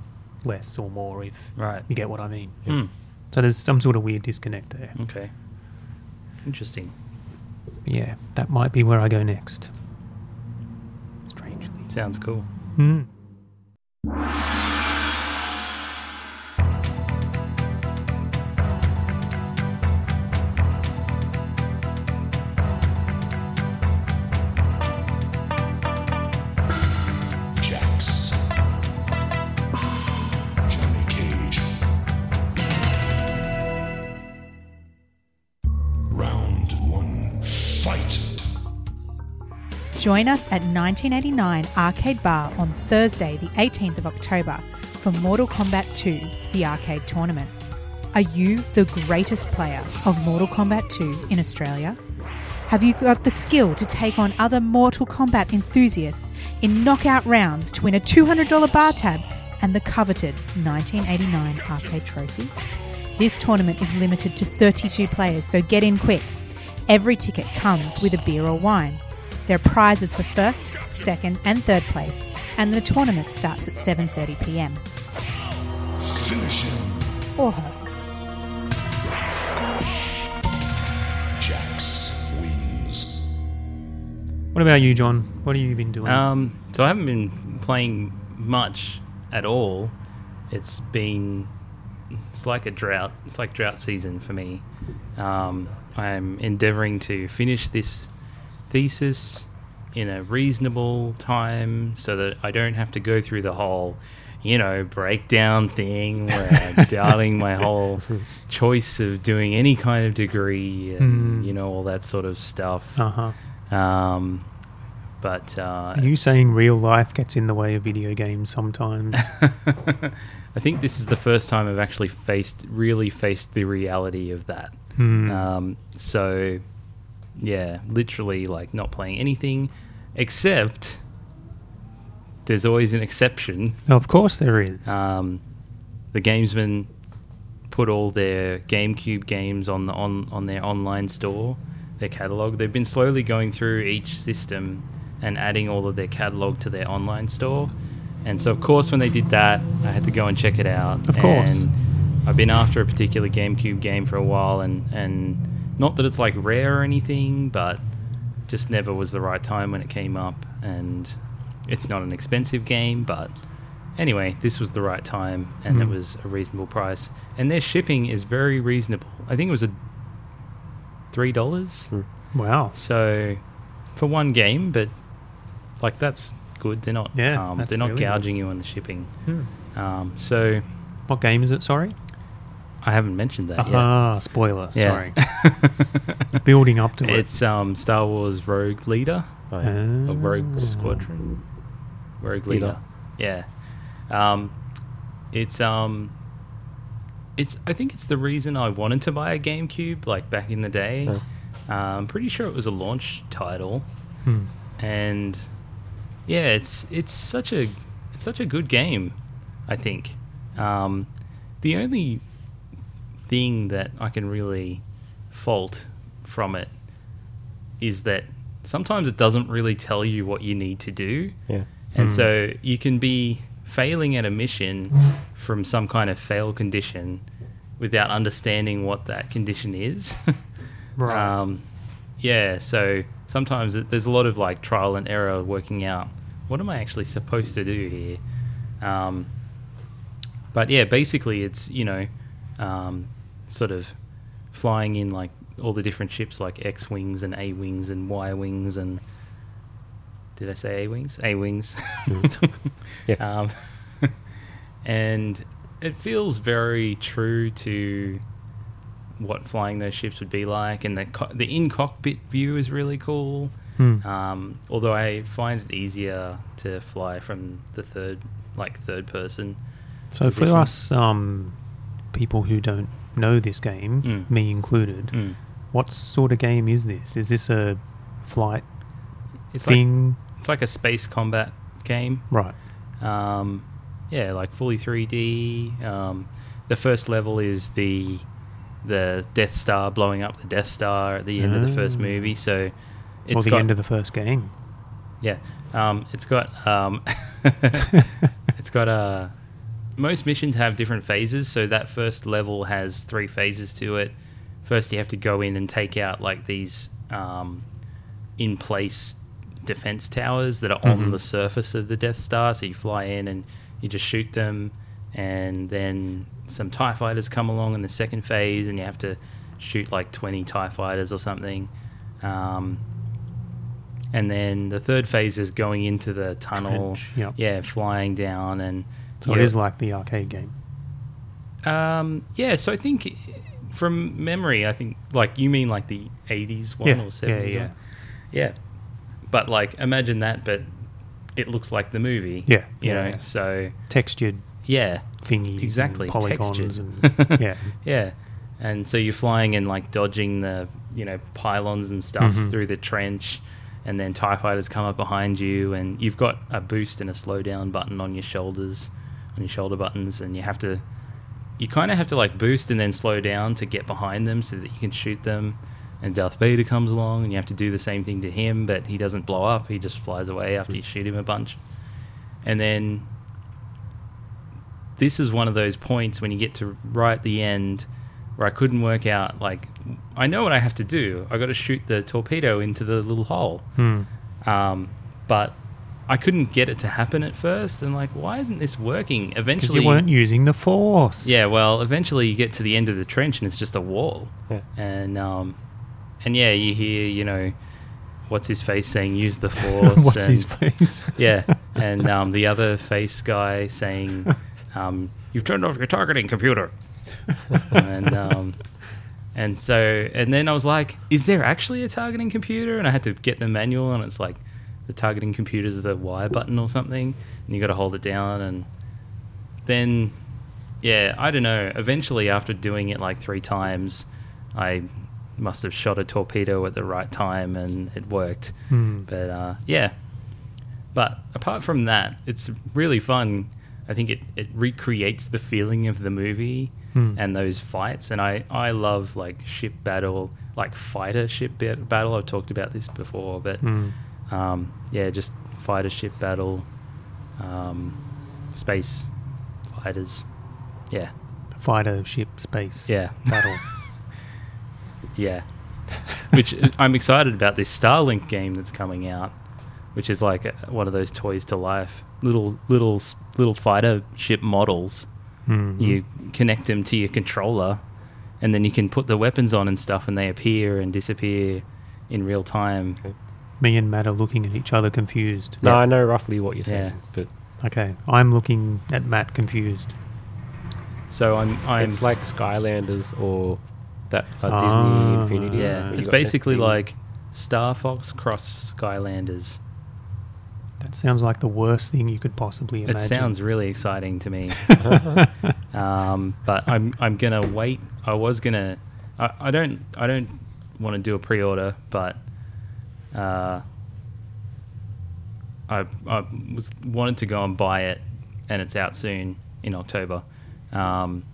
B: less or more, if
A: Right.
B: you get what I mean.
A: Mm.
B: So there's some sort of weird disconnect there.
A: Okay. Interesting.
B: Yeah, that might be where I go next. Strangely.
A: Sounds cool.
B: Hmm.
D: Jax. Johnny Cage. Round one, fight.
E: Join us at 1989 Arcade Bar on Thursday, the 18th of October, for Mortal Kombat 2, the arcade tournament. Are you the greatest player of Mortal Kombat 2 in Australia? Have you got the skill to take on other Mortal Kombat enthusiasts in knockout rounds to win a $200 bar tab and the coveted 1989 arcade trophy? This tournament is limited to 32 players, so get in quick. Every ticket comes with a beer or wine. There are prizes for first, second, and third place, and the tournament starts at 7:30 p.m.
D: Finish him.
E: for her.
D: Jax wins.
B: What about you, John? What have you been doing?
A: Um, so I haven't been playing much at all. It's been it's like a drought. It's like drought season for me. Um, I'm endeavouring to finish this thesis in a reasonable time so that I don't have to go through the whole, you know, breakdown thing where I'm doubting my whole choice of doing any kind of degree and
B: Mm.
A: you know all that sort of stuff.
B: uh huh.
A: Um, but uh,
B: Are you saying real life gets in the way of video games sometimes?
A: I think this is the first time I've actually faced, really faced the reality of that.
B: Hmm.
A: Um, so, yeah, literally like not playing anything, except there's always an exception.
B: of course there is.
A: Um, the gamesmen put all their GameCube games on the on, on their online store, their catalog. They've been slowly going through each system and adding all of their catalog to their online store. And so, of course, when they did that, I had to go and check it out.
B: Of course.
A: And I've been after a particular GameCube game for a while, and and not that it's like rare or anything, but just never was the right time when it came up. And it's not an expensive game, but Anyway, this was the right time and it
B: Mm.
A: was a reasonable price. And their shipping is very reasonable. I think it was a three dollars.
B: Hmm.
C: Hmm.
B: wow.
A: So for one game, but like that's good. They're not
B: Yeah,
A: um,
B: that's
A: they're not
B: really good.
A: gouging you on the shipping.
B: Hmm.
A: Um, so
B: What game is it? Sorry.
A: I haven't mentioned that
B: Ah, spoiler.
A: yet.
B: Sorry.
A: Sorry.
B: Building up to it.
A: it's um, Star Wars Rogue Leader.
C: Oh, yeah.
A: A
B: Ah.
A: Rogue Squadron, Rogue
C: Leader.
A: Leader. Yeah, um, it's um, it's. I think it's the reason I wanted to buy a GameCube like back in the day.
C: Oh.
A: Um, pretty sure it was a launch title,
B: Hmm.
A: and yeah, it's it's such a it's such a good game. I think um, the only thing that I can really fault from it is that sometimes it doesn't really tell you what you need to do.
C: Yeah.
A: And
B: Hmm.
A: so you can be failing at a mission from some kind of fail condition without understanding what that condition is.
B: Right.
A: Um, yeah, so sometimes it, there's a lot of like trial and error working out what am I actually supposed to do here. Um, but yeah, basically it's you know um, sort of flying in like all the different ships like X wings and A wings and Y wings and Did I say A wings? A wings.
C: Yeah.
A: Um, and it feels very true to what flying those ships would be like, and the co- the in cockpit view is really cool.
B: Hmm.
A: Um, although I find it easier to fly from the third, like third person.
B: So for
A: position.
B: us um, people who don't know this game,
A: Mm.
B: me included,
A: Mm.
B: what sort of game is this? Is this a flight
A: It's like
B: thing?
A: it's like a space combat game.
B: right.
A: um, yeah, like fully 3D. Um, the first level is the the Death Star blowing up the Death Star at the end of the first
B: Oh.
A: movie. So it's
B: Or the
A: got,
B: end of the first game.
A: yeah, um, it's got um, it's got Uh, most missions have different phases, so that first level has three phases to it. First, you have to go in and take out like these um, in place defense towers that are on
B: Mhm.
A: the surface of the Death Star. So you fly in and you just shoot them, and then some TIE fighters come along in the second phase, and you have to shoot like 20 TIE E fighters or something. Um, and then the third phase is going into the tunnel.
B: Trench, yep.
A: Yeah, flying down and
B: So it
A: yeah.
B: is like the arcade game.
A: Um, yeah, so I think from memory, I think like you mean like the '80s one
B: Yeah,
A: or
B: yeah,
A: '70s
B: yeah.
A: one, yeah. But like, imagine that, but it looks like the movie.
B: Yeah,
A: you
B: yeah,
A: know.
B: yeah.
A: So
B: Textured
A: yeah,
B: thingies. and
A: exactly.
B: polygons
A: textured.
B: and yeah.
A: yeah. And so you're flying and like dodging the you know pylons and stuff
B: Mhm.
A: through the trench, and then Tie fighters come up behind you, and you've got a boost and a slowdown button on your shoulders, on your shoulder buttons, and you have to, you kind of have to like boost and then slow down to get behind them so that you can shoot them. And Darth Vader comes along, and you have to do the same thing to him, but he doesn't blow up; he just flies away
B: Hmm.
A: after you shoot him a bunch. And then this is one of those points when you get to right at the end where I couldn't work out like I know what I have to do. I got to shoot the torpedo into the little hole,
B: Hmm.
A: um, but I couldn't get it to happen at first. And like, why isn't this working?
B: Because
A: Eventually,
B: you weren't using the force.
A: yeah, well, eventually you get to the end of the trench and it's just a wall.
C: Yeah.
A: And um, and yeah, you hear you know, what's his face saying, "Use the force."
B: What's
A: and-
B: his face?
A: yeah, and um, the other face guy saying, um, "You've turned off your targeting computer," and um, and so and then I was like, "Is there actually a targeting computer?" And I had to get the manual, and it's like the targeting computer's the Y button or something, and you got to hold it down, and then yeah, I don't know. Eventually, after doing it like three times, I must have shot a torpedo at the right time, and it worked.
B: Hmm.
A: But uh, yeah, but apart from that, it's really fun. I think it, it recreates the feeling of the movie
B: Hmm.
A: and those fights. And I, I love like ship battle, like fighter ship bat- battle. I've talked about this before, but
B: Hmm.
A: um, yeah, just fighter ship battle, um, space fighters. Yeah,
B: Fighter ship space
A: Yeah.
B: battle.
A: yeah. which I'm excited about this Starlink game that's coming out, which is like a, one of those toys to life, little little s- little fighter ship models.
B: Hmm.
C: Mm-hmm.
A: You connect them to your controller, and then you can put the weapons on and stuff, and they appear and disappear in real time.
B: Me and Matt are looking at each other confused.
C: No, I know roughly what you're saying,
A: Yeah.
C: but
B: Okay, I'm looking at Matt confused.
A: So I'm I'm
C: it's like Skylanders or that uh,
B: Ah,
C: Disney Infinity.
A: yeah,
C: where uh, you
A: it's
C: got that
A: basically
C: thing.
A: like Star Fox cross Skylanders.
B: That sounds like the worst thing you could possibly imagine.
A: It sounds really exciting to me. um, but I'm I'm gonna wait. I was gonna. I, I don't I don't want to do a pre-order, but uh, I I was wanted to go and buy it, and it's out soon in October. Um,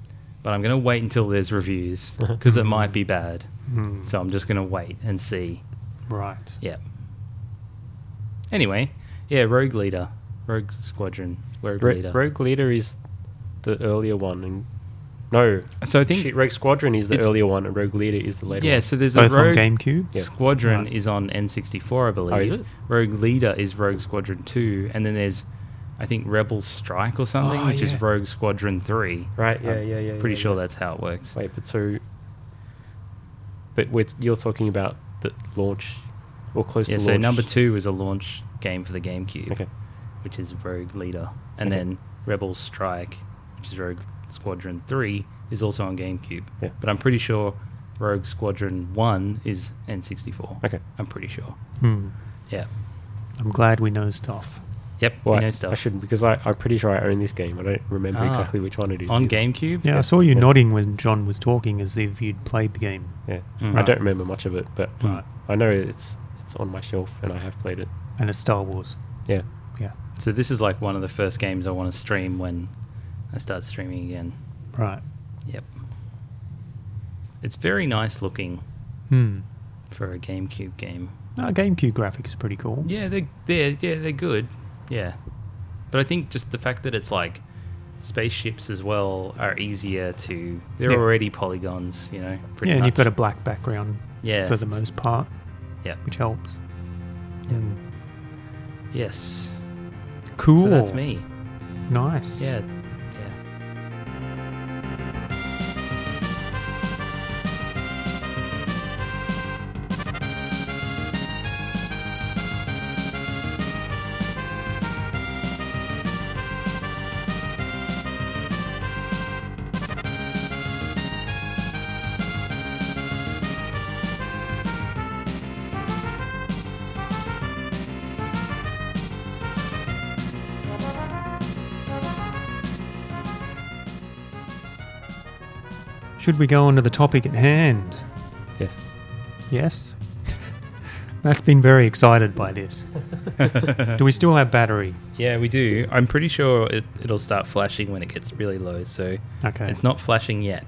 A: but I'm gonna wait until there's reviews because it might be bad.
B: Hmm.
A: So I'm just gonna wait and see.
B: right.
A: Yeah. Anyway, yeah, Rogue Leader, Rogue Squadron, Rogue
C: Ro-
A: Leader.
C: Rogue Leader is the earlier one, and no,
A: So I think
C: shit, Rogue Squadron is the
A: it's-
C: earlier one, and Rogue Leader is the later
A: yeah.
C: one.
A: So there's
B: Both
A: a
B: on
A: Rogue
B: GameCube.
C: Yeah.
A: Squadron
B: Right.
A: is on N64, I believe.
C: Oh, is it?
A: Rogue Leader is Rogue Squadron Two, and then there's I think Rebel Strike or something,
C: Oh,
A: which
C: yeah.
A: is Rogue Squadron Three.
C: Right, yeah,
A: I'm
C: yeah, yeah,
A: Pretty
C: yeah,
A: sure
C: yeah.
A: that's how it works.
C: Wait, but so, but with, you're talking about the launch or close
A: Yeah,
C: to
A: so
C: launch.
A: number two was a launch game for the GameCube,
C: Okay.
A: which is Rogue Leader, and
C: Okay.
A: then Rebel Strike, which is Rogue Squadron Three, is also on GameCube.
C: Yeah.
A: But I'm pretty sure Rogue Squadron One is N64.
C: Okay.
A: I'm pretty sure.
B: Hmm.
A: Yeah.
B: I'm glad we know stuff.
A: Yep.
C: Well,
A: we
C: I-
A: know stuff.
C: I should because I, I'm pretty sure I own this game. I don't remember
A: Ah.
C: exactly which one it is.
A: on
C: either.
A: GameCube.
B: Yeah,
C: Yeah,
B: I saw you
C: yeah.
B: nodding when John was talking as if you'd played the game.
C: Yeah,
A: Mm.
C: I
A: Right.
C: don't remember much of it, but
A: Right.
C: I know it's it's on my shelf and I have played it.
B: And it's Star Wars.
C: Yeah,
B: Yeah,
A: So this is like one of the first games I want to stream when I start streaming again.
B: right.
A: Yep. It's very nice looking
B: Hmm.
A: for a GameCube game.
B: No, GameCube graphics are pretty cool.
A: Yeah, they're, they're yeah they're good. Yeah, but I think just the fact that it's like spaceships as well are easier to. They're
B: Yeah.
A: already polygons, you know. Pretty
B: yeah, and
A: much.
B: you've got a black background
A: Yeah.
B: for the most part,
A: yeah.
B: which helps. Hmm.
A: Yes.
B: Cool.
A: So that's me.
B: Nice.
A: Yeah. Yeah.
B: Should we go on to the topic at hand?
C: yes.
B: Yes. That's been very excited by this. Do we still have battery?
A: Yeah, we do. I'm pretty sure it, it'll start flashing when it gets really low. So
B: Okay.
A: it's not flashing yet.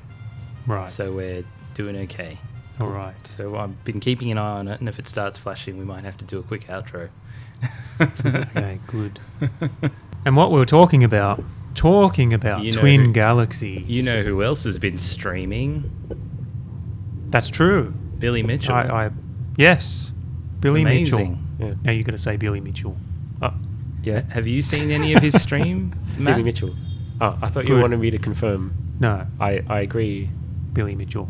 B: right.
A: So we're doing okay.
B: all right.
A: So I've been keeping an eye on it, and if it starts flashing, we might have to do a quick outro.
B: Okay, good. and what we were talking about, talking about
A: You know
B: twin
A: who-
B: galaxies.
A: You know who else has been streaming?
B: That's true.
A: Billy Mitchell.
B: I, I yes, Billy Mitchell.
A: amazing.
C: Yeah.
B: Now you're going to say Billy Mitchell.
C: Uh, yeah.
A: Have you seen any of his stream, Matt?
C: Billy Mitchell. Oh, I thought
B: Good.
C: you wanted me to confirm.
B: No,
C: I I agree.
B: Billy Mitchell.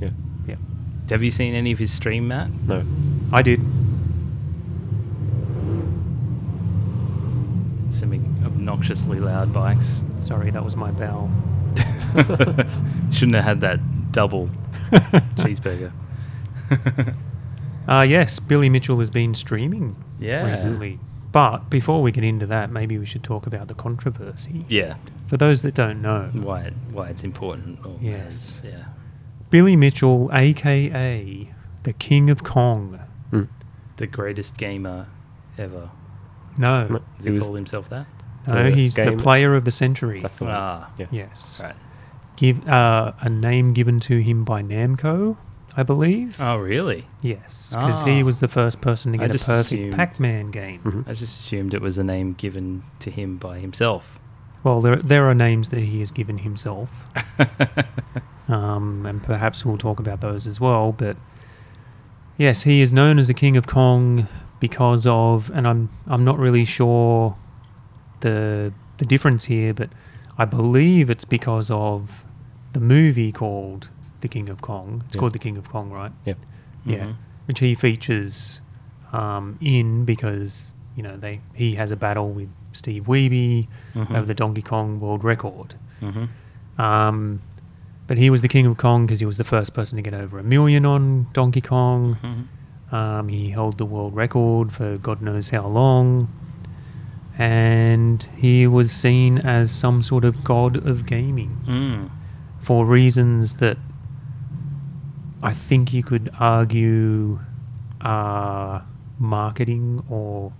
C: Yeah.
B: Yeah,
A: Have you seen any of his stream, Matt?
C: No.
B: I did.
A: Some obnoxiously loud bikes.
B: Sorry, that was my bowel.
A: Shouldn't have had that double cheeseburger.
B: Uh, yes, Billy Mitchell has been streaming
A: Yeah.
B: recently. But before we get into that, maybe we should talk about the controversy.
A: yeah.
B: For those that don't know,
A: Why? It, why it's important? Or
B: Yes.
A: Yeah.
B: Billy Mitchell, aka the King of Kong.
C: Mm.
A: The greatest gamer ever.
B: No,
C: No,
A: Does
C: it
A: he
C: was-
A: call himself that?
B: no,
C: the
B: he's the
C: game-
B: player of the century.
C: That's the one.
A: Ah.
C: Yeah.
B: yes,
A: Right.
B: give uh, a name given to him by Namco, I believe.
A: Oh, really?
B: Yes, because he
A: Ah.
B: was the first person to
A: I
B: get a
A: just
B: perfect
A: assumed- Mm-hmm.
B: Pac-Man game.
C: Mhm.
A: I just assumed it was a name given to him by himself.
B: Well, there there are names that he has given himself, um, and perhaps we'll talk about those as well. But yes, he is known as the King of Kong because of, and I'm I'm not really sure the the difference here, but I believe it's because of the movie called The King of Kong. It's
C: Yeah.
B: called The King of Kong, right?
C: Yeah.
B: yeah,
A: Mhm.
B: Mm-hmm. which he features um, in because you know they he has a battle with Steve Weeby
A: Mhm.
B: over the Donkey Kong world record.
A: Mm-hmm.
B: Um, but he was the king of Kong because he was the first person to get over a million on Donkey Kong. Um, he held the world record for God knows how long. And he was seen as some sort of god of gaming
A: Mm.
B: for reasons that I think you could argue are marketing or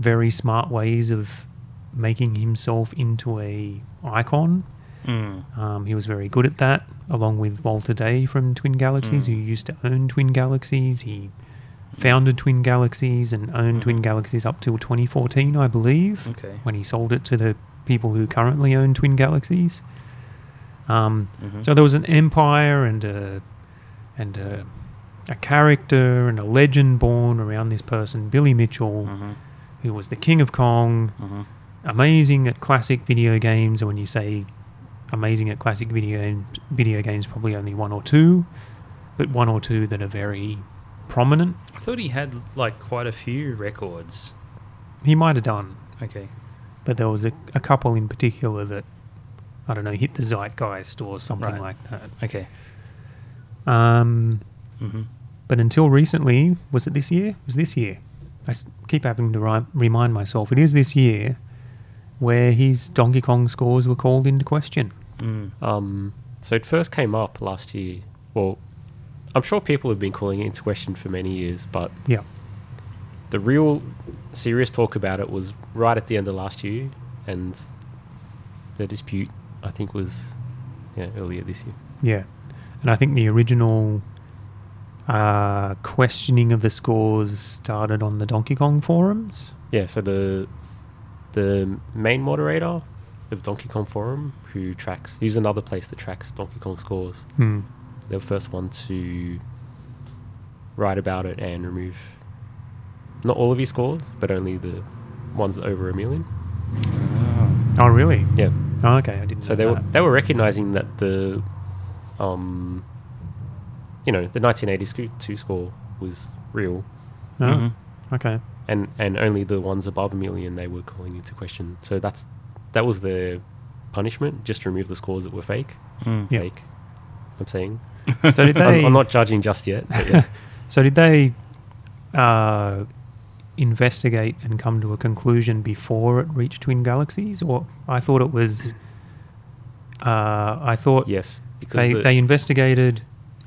B: very smart ways of making himself into a icon.
A: Mm.
B: Um, he was very good at that, along with Walter Day from Twin Galaxies, who used to own Twin Galaxies. He founded Twin Galaxies and owned Twin Galaxies up till 2014, I believe,
A: Okay.
B: when he sold it to the people who currently own Twin Galaxies. Um,
A: Mhm.
B: So there was an empire and a and a, a character and a legend born around this person, Billy Mitchell,
A: Mhm.
B: who was the king of Kong
A: Mhm.
B: amazing at classic video games, and when you say amazing at classic video games, video games probably only one or two, but one or two that are very prominent.
A: I thought he had like quite a few records.
B: He might have done,
A: Okay.
B: but there was a, a couple in particular that I don't know hit the zeitgeist or something
A: Right.
B: like that.
A: Okay.
B: Um,
A: hmm
B: but until recently, was it this year? It was this year? I s- keep having to ri- remind myself it is this year where his Donkey Kong scores were called into question.
A: Mm.
C: Um, so it first came up last year. Well, I'm sure people have been calling it into question for many years, but
B: Yeah,
C: the real serious talk about it was right at the end of last year, and the dispute I think was yeah earlier this year.
B: yeah, and I think the original uh, questioning of the scores started on the Donkey Kong forums.
C: Yeah, so the the main moderator of Donkey Kong Forum, who tracks, he's another place that tracks Donkey Kong scores.
B: Hmm.
C: They were the first one to write about it and remove not all of his scores, but only the ones over a million.
B: Oh, really?
C: Yeah.
B: Oh, okay, I didn't.
C: So
B: know
C: they were
B: that.
C: they were recognizing that the um you know, the 1982 score was real
B: Oh,
A: Mhm.
C: Mm-hmm.
B: okay.
C: and and only the ones above a million they were calling into question. So that's that was their punishment, just remove the scores that were fake.
A: Mm.
B: Yeah.
C: Fake. I'm saying.
B: So did Hmm. they?
C: I'm, I'm not judging just yet, but yeah.
B: So did they uh, investigate and come to a conclusion before it reached Twin Galaxies, or I thought it was? Uh, I thought
C: yes, because
B: they
C: the-
B: they investigated,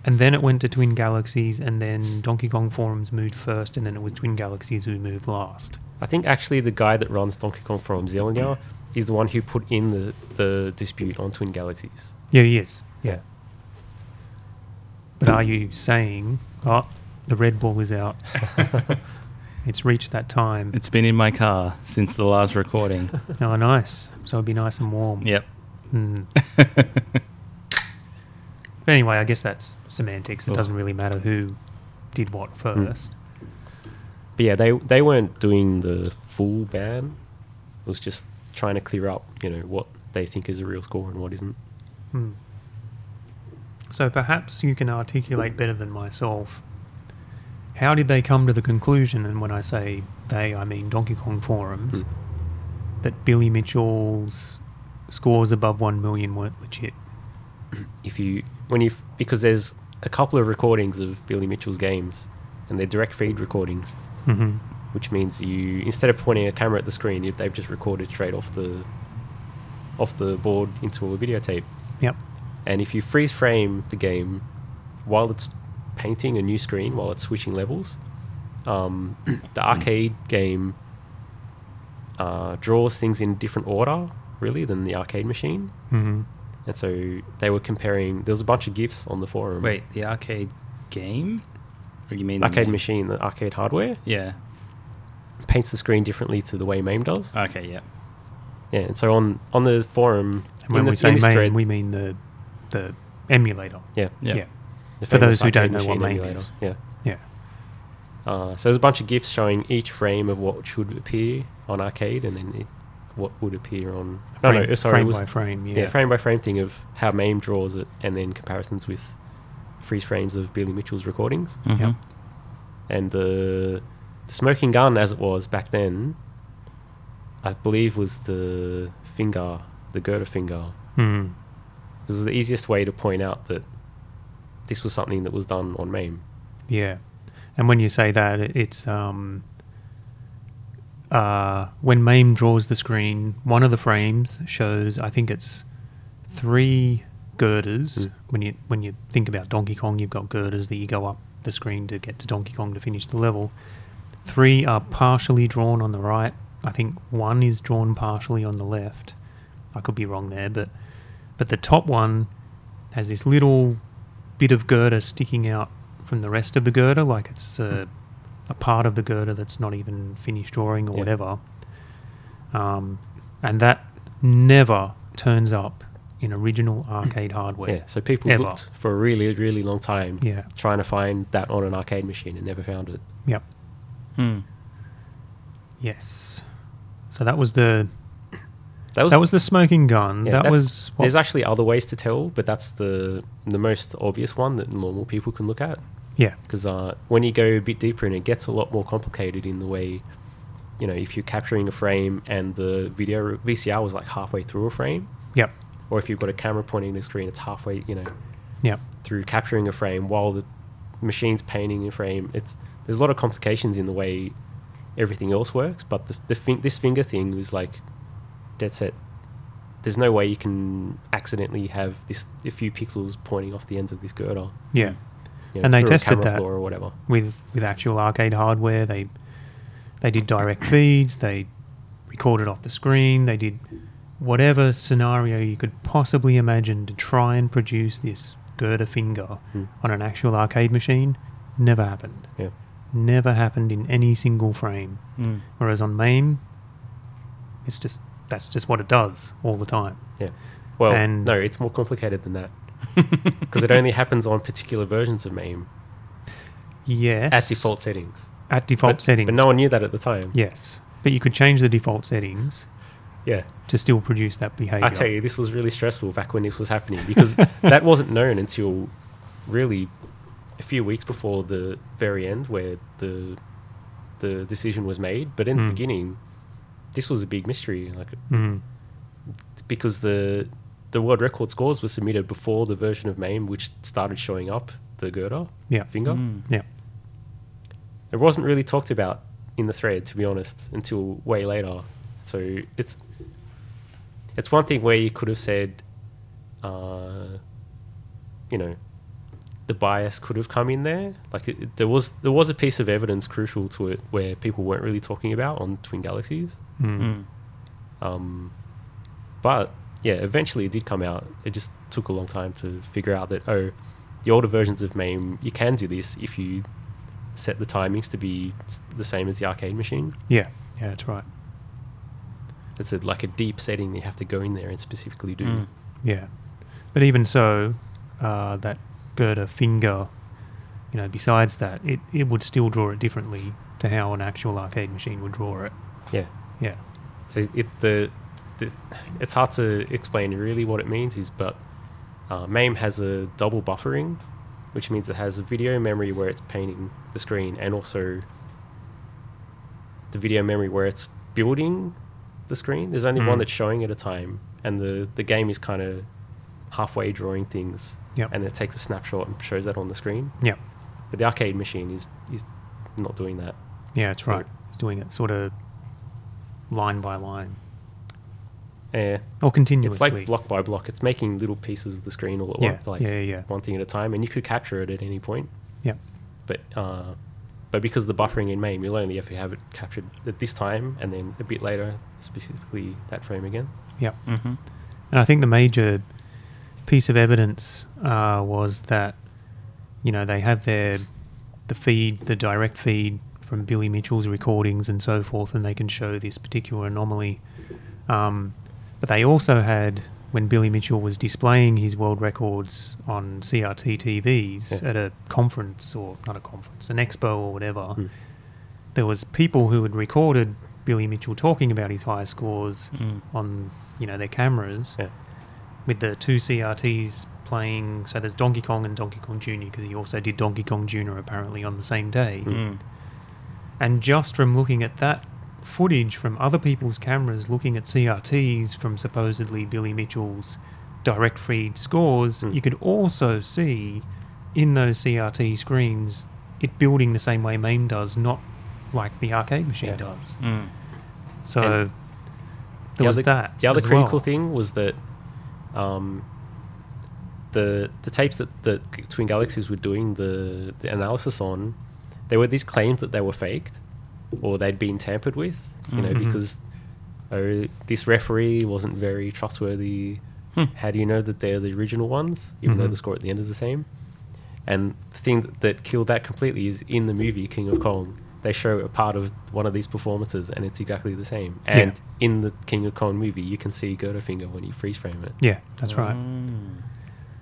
B: and then it went to Twin Galaxies, and then Donkey Kong forums moved first, and then it was Twin Galaxies who moved last.
C: I think actually the guy that runs Donkey Kong from Zealand now is the one who put in the, the dispute on Twin Galaxies.
B: Yeah, he is. Yeah. But are you saying, oh, the Red Bull is out? it's reached that time.
A: It's been in my car since the last recording.
B: oh, nice. So it'd be nice and warm.
A: yep.
B: Mm. But anyway, I guess that's semantics. It
A: Oh.
B: doesn't really matter who did what
C: Hmm.
B: first.
C: But yeah, they they weren't doing the full ban. It was just trying to clear up, you know, what they think is a real score and what isn't.
B: Mm. So perhaps you can articulate better than myself. How did they come to the conclusion, and when I say they, I mean Donkey Kong forums,
C: Hmm.
B: that Billy Mitchell's scores above 1 million weren't legit?
C: If you when you because there's a couple of recordings of Billy Mitchell's games, and they're direct feed recordings,
B: Mm-hmm.
C: which means you instead of pointing a camera at the screen, you- they've just recorded straight off the off the board into a videotape.
B: Yep.
C: And if you freeze frame the game while it's painting a new screen, while it's switching levels, um, the arcade game uh, draws things in different order, really, than the arcade machine.
B: Mm-hmm.
C: And so they were comparing. There was a bunch of GIFs on the forum.
A: Wait, the arcade game? Or you mean the
C: Arcade
A: name?
C: machine, the arcade hardware,
A: Yeah.
C: paints the screen differently to the way MAME does.
A: Okay. Yeah.
C: Yeah, and so on, on the forum,
B: And when
C: in the,
B: we say
C: in this
B: main,
C: thread,
B: we mean the, the emulator.
C: yeah,
A: Yeah.
C: the
B: For
C: famous
B: those who don't
C: arcade
B: know what
C: machine
B: MAME
C: emulator,
B: is.
C: yeah.
B: Yeah.
C: Uh, so there's a bunch of GIFs showing each frame of what should appear on arcade, and then it, what would appear on. No, no,
B: Frame-
C: sorry,
B: frame
C: it was,
B: by frame.
C: yeah. frame by frame thing of how MAME draws it, and then comparisons with freeze frames of Billy Mitchell's recordings,
A: Mhm.
C: and the, the smoking gun as it was back then. I believe was the finger, the girder finger. Mm-hmm.
B: Mm.
C: This is the easiest way to point out that this was something that was done on MAME.
B: Yeah, and when you say that, it- it's um, uh, when Mame draws the screen. One of the frames shows, I think it's three girders.
C: Mm.
B: When you when you think about Donkey Kong, you've got girders that you go up the screen to get to Donkey Kong to finish the level. Three are partially drawn on the right. I think one is drawn partially on the left. I could be wrong there, but but the top one has this little bit of girder sticking out from the rest of the girder, like it's a, a part of the girder that's not even finished drawing or
C: Yeah.
B: whatever. Um, and that never turns up in original arcade hardware.
C: Mm. Yeah, so people
B: Ever.
C: looked for a really, really long time
B: Yeah.
C: trying to find that on an arcade machine and never found it.
B: Yep.
A: Hmm.
B: Yes. So that was the
C: That was,
B: that was the smoking gun.
C: yeah,
B: that
C: that's-
B: was what-
C: There's actually other ways to tell, but that's the the most obvious one that normal people can look at.
B: Yeah.
C: because uh, when you go a bit deeper in it, it gets a lot more complicated in the way you know if you're capturing a frame and the video VCR was like halfway through a frame
B: Yep.
C: or if you've got a camera pointing at a screen it's halfway you know
B: Yep.
C: through capturing a frame while the machine's painting a frame it's there's a lot of complications in the way everything else works but the, the fin- this finger thing was like dead set there's no way you can accidentally have this a few pixels pointing off the ends of this girder
B: Yeah.
C: you
B: And they
C: through a
B: tested
C: camera
B: that.
C: floor or whatever
B: With with actual arcade hardware, they they did direct feeds, they recorded off the screen, they did whatever scenario you could possibly imagine to try and produce this girder finger
C: Hmm.
B: on an actual arcade machine. Never happened.
C: yeah
B: Never happened in any single frame.
C: Hmm.
A: Mm.
B: Whereas on MAME, it's just that's just what it does all the time.
C: Yeah. Well,
B: And-
C: no, it's more complicated than that because it only happens on particular versions of MAME
B: Yes.
C: at default settings.
B: At default
C: but,
B: settings.
C: But no one knew that at the time.
B: Yes, but you could change the default settings
C: Yeah.
B: to still produce that behavior.
C: I tell you, this was really stressful back when this was happening because that wasn't known until really a few weeks before the very end where the the decision was made. But in the
B: Mm.
C: beginning, this was a big mystery. Like
B: Mm,
C: because the the world record scores were submitted before the version of MAME which started showing up the girder
B: Yeah.
C: finger.
A: Mm.
B: yeah.
C: it wasn't really talked about in the thread to be honest until way later so it's it's one thing where you could have said uh, you know the bias could have come in there like it, it- there was there was a piece of evidence crucial to it where people weren't really talking about on twin galaxies
B: Mm.
A: Mm.
C: um, but yeah eventually it did come out it just took a long time to figure out that oh the older versions of mame you can do this if you set the timings to be s- the same as the arcade machine
B: Yeah. Yeah, that's right.
C: it's a, like a deep setting that you have to go in there and specifically do
A: Mm.
B: Yeah. But even so, uh, that girder finger, you know, besides that, it, it would still draw it differently to how an actual arcade machine would draw it.
C: yeah
B: Yeah.
C: so it the, the it's hard to explain really what it means is but uh, mame has a double buffering which means it has a video memory where it's painting the screen and also the video memory where it's building the screen there's only
B: Mm.
C: one that's showing at a time and the the game is kind of halfway drawing things
B: Yep.
C: and it takes a snapshot and shows that on the screen
B: Yeah.
C: but the arcade machine is is not doing that
B: Yeah, that's right. Doing it sort of line by line
C: yeah
B: or continuously.
C: it's like block by block. It's making little pieces of the screen all at
B: Yeah,
C: once, like
B: yeah, yeah.
C: one thing at a time, and you could capture it at any point.
B: Yeah.
C: But uh, but because of the buffering in MAME, you'll only ever have it captured at this time, and then a bit later, specifically that frame again.
B: Yeah.
C: Mm-hmm.
A: hmm
B: And I think the major piece of evidence uh, was that, you know, they have their the feed, the direct feed from Billy Mitchell's recordings and so forth, and they can show this particular anomaly. Um, but they also had when Billy Mitchell was displaying his world records on CRT TVs
C: Yeah.
B: at a conference or not a conference, an expo or whatever
C: Mm.
B: there was people who had recorded Billy Mitchell talking about his high scores
A: Mm.
B: on you know their cameras
C: Yeah.
B: with the two CRTs playing. So there's Donkey Kong and Donkey Kong Jr. because he also did Donkey Kong Jr. apparently on the same day.
A: Mm.
B: And just from looking at that footage from other people's cameras, looking at CRTs from supposedly Billy Mitchell's direct feed scores,
C: Mm.
B: you could also see in those CRT screens it building the same way MAME does, not like the arcade machine
C: Yeah.
B: does.
A: Mm.
B: So
C: And
B: there was
C: other,
B: that.
C: The other
B: as well.
C: critical thing was that um, the the tapes that, that Twin Galaxies were doing the, the analysis on, there were these claims that they were faked or they'd been tampered with, you know,
B: Mhm.
C: because oh, this referee wasn't very trustworthy.
A: Hmm.
C: How do you know that they're the original ones, even though
B: Mhm.
C: the score at the end is the same? And the thing that, that killed that completely is in the movie King of Kong, they show a part of one of these performances and it's exactly the same.
B: Yeah.
C: And in the King of Kong movie, you can see Gerda Finger when you freeze frame it.
B: Yeah, that's right.
A: Mm.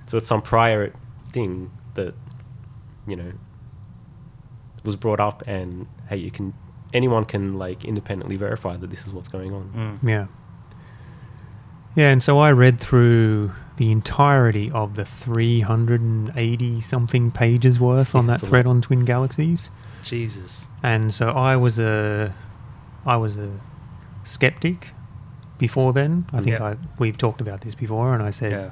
C: So it's some prior thing that, you know, was brought up and hey, you can, anyone can like independently verify that this is what's going on.
A: Mm.
B: Yeah. Yeah, and so I read through the entirety of the 380 something pages worth on that
C: That's a
B: thread on Twin Galaxies.
A: Jesus.
B: and so I was a I was a skeptic before then. I think
A: Yeah.
B: I we've talked about this before, and I said
A: Yeah.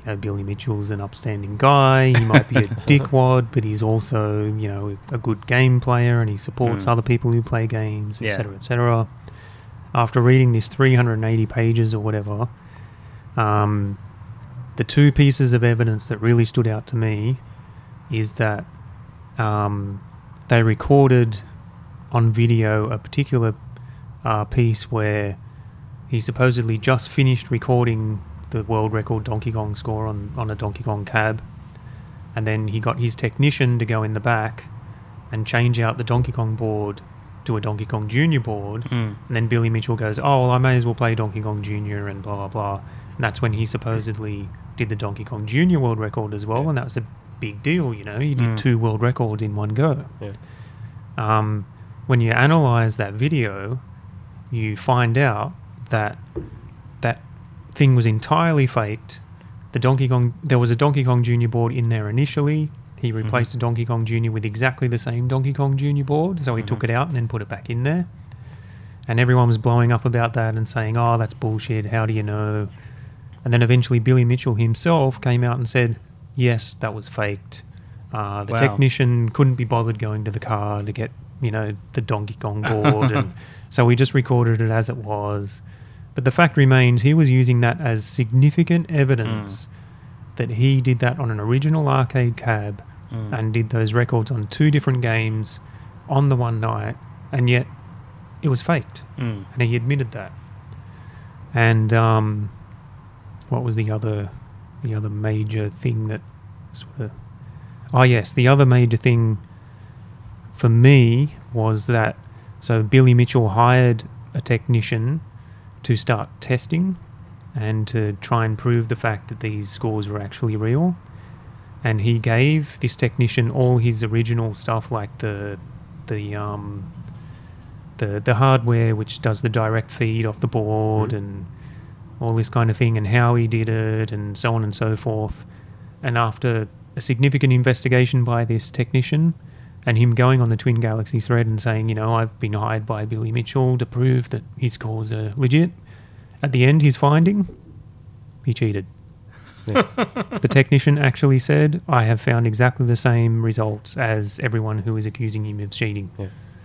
B: you know, Billy Mitchell's an upstanding guy. He might be a dickwad, but he's also you know a good game player, and he supports
A: Mm.
B: other people who play games,
A: Yeah.
B: etc., etc. After reading this 380 pages or whatever, um, the two pieces of evidence that really stood out to me is that um, they recorded on video a particular uh, piece where he supposedly just finished recording the world record Donkey Kong score on, on a Donkey Kong cab. And then he got his technician to go in the back and change out the Donkey Kong board to a Donkey Kong Jr. board.
A: Mm.
B: And then Billy Mitchell goes, Oh, well, I may as well play Donkey Kong Jr. and blah, blah, blah. And that's when he supposedly did the Donkey Kong Jr. world record as well. And that was a big deal, you know. He did
A: Mm.
B: two world records in one go
C: Yeah.
B: um, when you analyze that video, you find out that that thing was entirely faked. The Donkey Kong, there was a Donkey Kong Jr. board in there initially. He replaced a Donkey Kong Jr. with exactly the same Donkey Kong Jr. board, so he took it out and then put it back in there. And everyone was blowing up about that and saying, "Oh, that's bullshit. How do you know?" And then eventually, Billy Mitchell himself came out and said, "Yes, that was faked. Uh, the
A: Wow.
B: technician couldn't be bothered going to the car to get, you know, the Donkey Kong board, and so we just recorded it as it was." But the fact remains, he was using that as significant evidence that he did that on an original arcade cab and did those records on two different games on the one night, and yet it was faked
A: Mm.
B: and he admitted that. And um, what was the other the other major thing that sort of oh yes, the other major thing for me was that so Billy Mitchell hired a technician to start testing and to try and prove the fact that these scores were actually real. And he gave this technician all his original stuff, like the the um, the the hardware which does the direct feed off the board and all this kind of thing, and how he did it, and so on and so forth. And after a significant investigation by this technician, and him going on the Twin Galaxy thread and saying, you know, I've been hired by Billy Mitchell to prove that his scores are legit. At the end, his finding, he cheated. the technician actually said, I have found exactly the same results as everyone who is accusing him of cheating.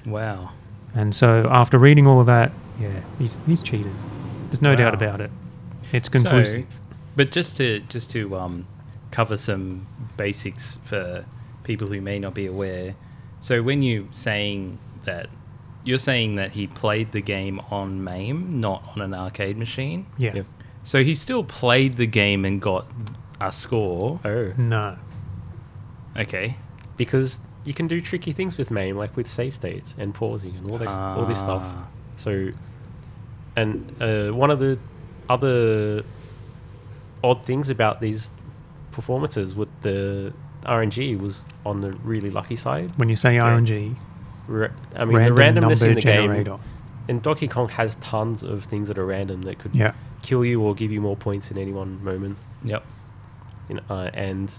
A: Wow.
B: And so after reading all of that, yeah, he's, he's cheated. There's no doubt
A: Wow.
B: about it. It's conclusive.
A: So, but just to just to um, cover some basics for people who may not be aware. So when you saying that, you're saying that he played the game on MAME, not on an arcade machine.
B: yeah.
C: Yeah.
A: So he still played the game and got a score.
C: Oh,
B: No.
A: Okay.
C: because you can do tricky things with MAME, like with save states and pausing and all this all this stuff.
A: Ah.
C: So, and uh, one of the other odd things about these performances with the RNG was on the really lucky side.
B: When you say
C: Yeah.
B: RNG,
C: Ra- I
B: random
C: mean, the randomness
B: number
C: in the
B: generator.
C: game. And Donkey Kong has tons of things that are random that could
B: Yeah.
C: kill you or give you more points in any one moment.
A: Yep.
C: You know, uh, and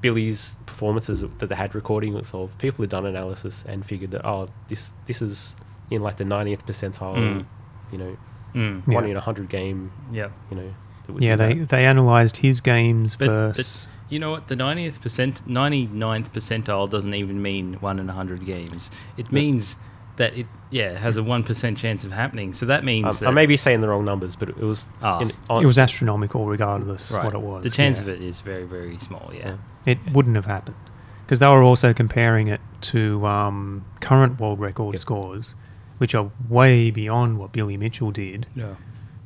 C: Billy's performances that they had recording was of people had done analysis and figured that oh this this is in like the 90th percentile,
A: Mm.
C: you know,
A: Mm.
B: Yeah.
C: one in a hundred game,
A: Yep.
C: you know. that would
B: Yeah,
C: do
B: they,
C: that.
B: they analysed his games
A: But,
B: versus.
A: but you know what? The 90th percent, 99th percentile doesn't even mean one in a 100 games. It means that it, yeah, has a 1% chance of happening. So that means
C: Um,
B: Uh,
A: that,
C: I may be saying the wrong numbers, but it was
A: Ah.
C: on,
B: it was astronomical, regardless
A: right,
B: what it was.
A: The chance
B: yeah.
A: of it is very, very small, yeah.
C: Yeah.
B: it wouldn't have happened because they were also comparing it to um, current world record
C: Yep.
B: scores, which are way beyond what Billy Mitchell did,
A: No.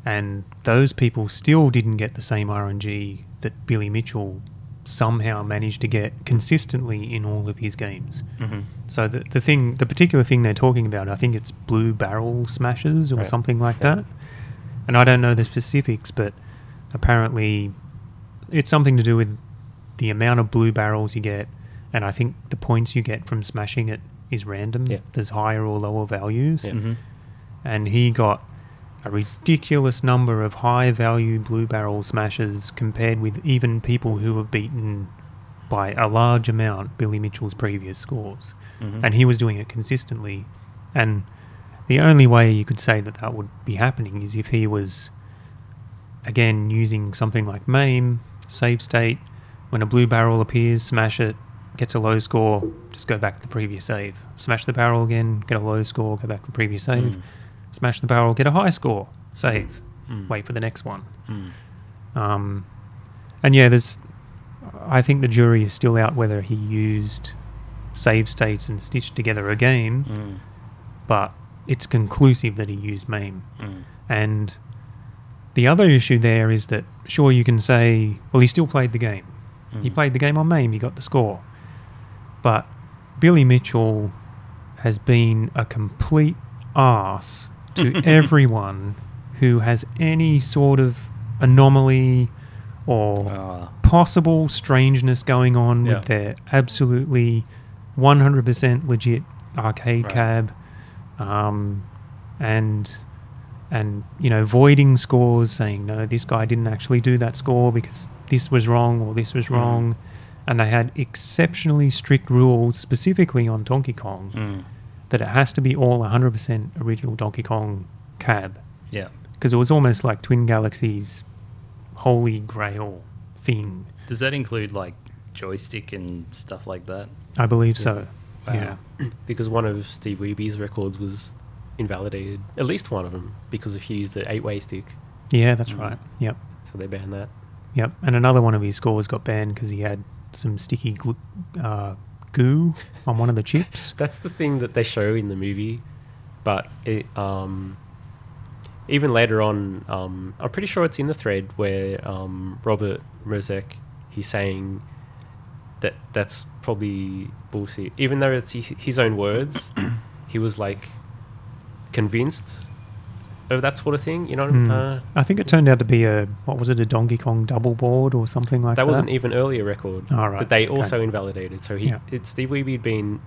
B: and those people still didn't get the same RNG that Billy Mitchell somehow managed to get consistently in all of his games.
C: Mm-hmm.
A: hmm
B: So the, the thing, the particular thing they're talking about, I think it's blue barrel smashes or
C: Right.
B: something like
C: Yeah.
B: that. And I don't know the specifics, but apparently it's something to do with the amount of blue barrels you get, and I think the points you get from smashing it is random.
C: Yeah. Mm-hmm.
B: There's higher or lower values,
C: Yeah.
A: hmm
B: and he got a ridiculous number of high value blue barrel smashes compared with even people who have beaten by a large amount Billy Mitchell's previous scores.
A: Mm-hmm.
B: And he was doing it consistently. And the only way you could say that that would be happening is if he was, again, using something like MAME, save state. When a blue barrel appears, smash it, gets a low score, just go back to the previous save. Smash the barrel again, get a low score, go back to the previous save. Smash the barrel, get a high score, save. Wait for the next one.
A: Mm.
B: Um, and yeah, there's. I think the jury is still out whether he used save states and stitched together a game,
A: Mm.
B: but it's conclusive that he used MAME.
A: Mm.
B: And the other issue there is that, sure, you can say, well, he still played the game. He played the game on MAME, he got the score. But Billy Mitchell has been a complete ass to everyone who has any sort of anomaly or
A: Ah.
B: possible strangeness going on
A: Yeah.
B: with their absolutely 100% legit arcade
A: Right.
B: cab um, and and you know voiding scores saying no this guy didn't actually do that score because this was wrong or this
A: Mm.
B: was wrong and they had exceptionally strict rules specifically on Donkey Kong
A: Mm.
B: that it has to be all 100% original Donkey Kong cab
A: Yeah.
B: because it was almost like Twin Galaxies holy grail thing
A: Does that include like joystick and stuff like that?
B: I believe so
A: Wow.
B: yeah
C: because one of Steve Weeby's records was invalidated, at least one of them, because if he used the eight-way stick,
B: yeah that's right yep
C: so they banned that.
B: Yep, and another one of his scores got banned because he had some sticky glu- uh, goo on one of the chips.
C: That's the thing that they show in the movie, but it, um, even later on, um, I'm pretty sure it's in the thread where um, Robert Rozek he's saying that that's probably bullshit. Even though it's his his own words, he was like convinced of that sort of thing. You know, what
B: Hmm.
C: I uh,
B: I think it turned out to be a what was it a Donkey Kong double board or something like that.
C: that was an e-, even earlier record
B: Oh, right,
C: that they
B: okay.
C: also invalidated. So he,
B: Yeah.
C: it, Steve Weeby had been,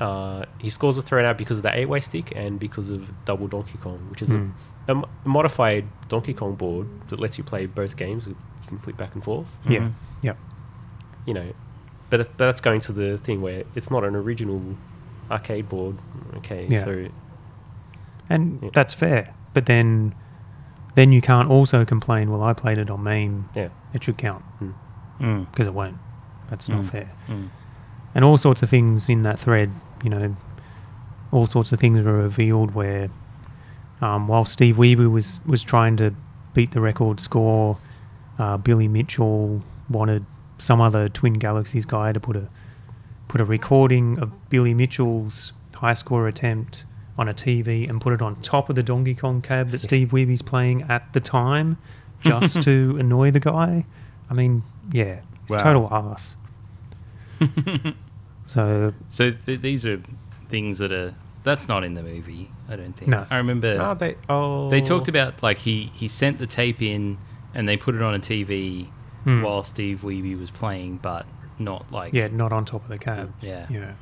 C: uh, his scores were thrown out because of the eight-way stick and because of double Donkey Kong, which is a-
B: Mm.
C: a, mo- modified Donkey Kong board that lets you play both games. With, you can flip back and forth.
B: yeah,
A: Mhm.
B: yep,
C: You know, but that- that's going to the thing where it's not an original arcade board. Okay,
B: Yeah.
C: so
B: and
C: Yeah.
B: that's fair. But then, then you can't also complain. Well, I played it on MAME.
C: yeah, Hmm.
B: It should count
A: Mm.
B: because it won't. That's not
A: Mm.
B: fair.
A: Mm.
B: and all sorts of things in that thread. You know, all sorts of things were revealed where, um, while Steve Weaver was was trying to beat the record score, uh, Billy Mitchell wanted some other Twin Galaxies guy to put a put a recording of Billy Mitchell's high score attempt on a TV and put it on top of the Donkey Kong cab that Steve Weeby's playing at the time, just to annoy the guy. I mean, yeah,
A: Wow.
B: total ass. so
A: So th- these are things that are that's not in the movie. I don't think.
B: No.
A: I remember
C: oh, they oh
A: they talked about like he he sent the tape in and they put it on a TV
B: Hmm.
A: while Steve Weeby was playing, but not like
B: yeah, not on top of the cab.
A: yeah.
B: Yeah.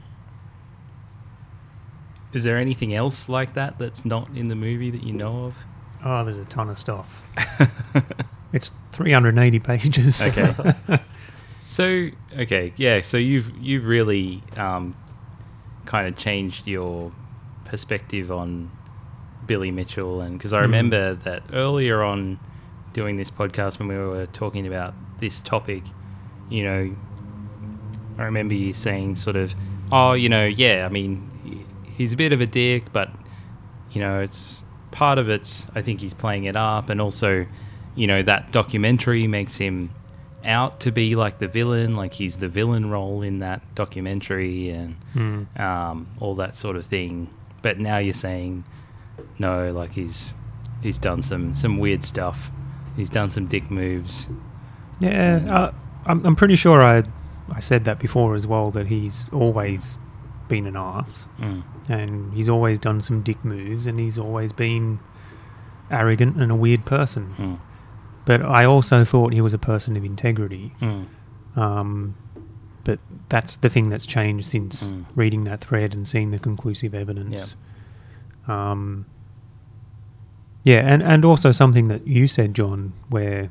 A: Is there anything else like that that's not in the movie that you know of?
B: Oh, there's a ton of stuff. it's 380 pages.
A: Okay. so okay, yeah. So you've you've really um, kind of changed your perspective on Billy Mitchell, and because I
B: Mm.
A: remember that earlier on doing this podcast when we were talking about this topic, you know, I remember you saying sort of, oh, you know, yeah. I mean, he- he's a bit of a dick, but you know, it's part of it's, I think he's playing it up. And also, you know, that documentary makes him out to be like the villain, like he's the villain role in that documentary and
B: Hmm.
A: um, all that sort of thing. But now you're saying, no, like he's he's done some, some weird stuff. He's done some dick moves.
B: Yeah,
A: Yeah.
B: uh, I'm, I'm pretty sure I I said that before as well that he's always been an ass
A: Mm.
B: and he's always done some dick moves and he's always been arrogant and a weird person.
A: Mm.
B: But I also thought he was a person of integrity.
A: Mm.
B: Um, but that's the thing that's changed since
A: Mm.
B: reading that thread and seeing the conclusive evidence. Um, Yeah, and, and also something that you said, John, where,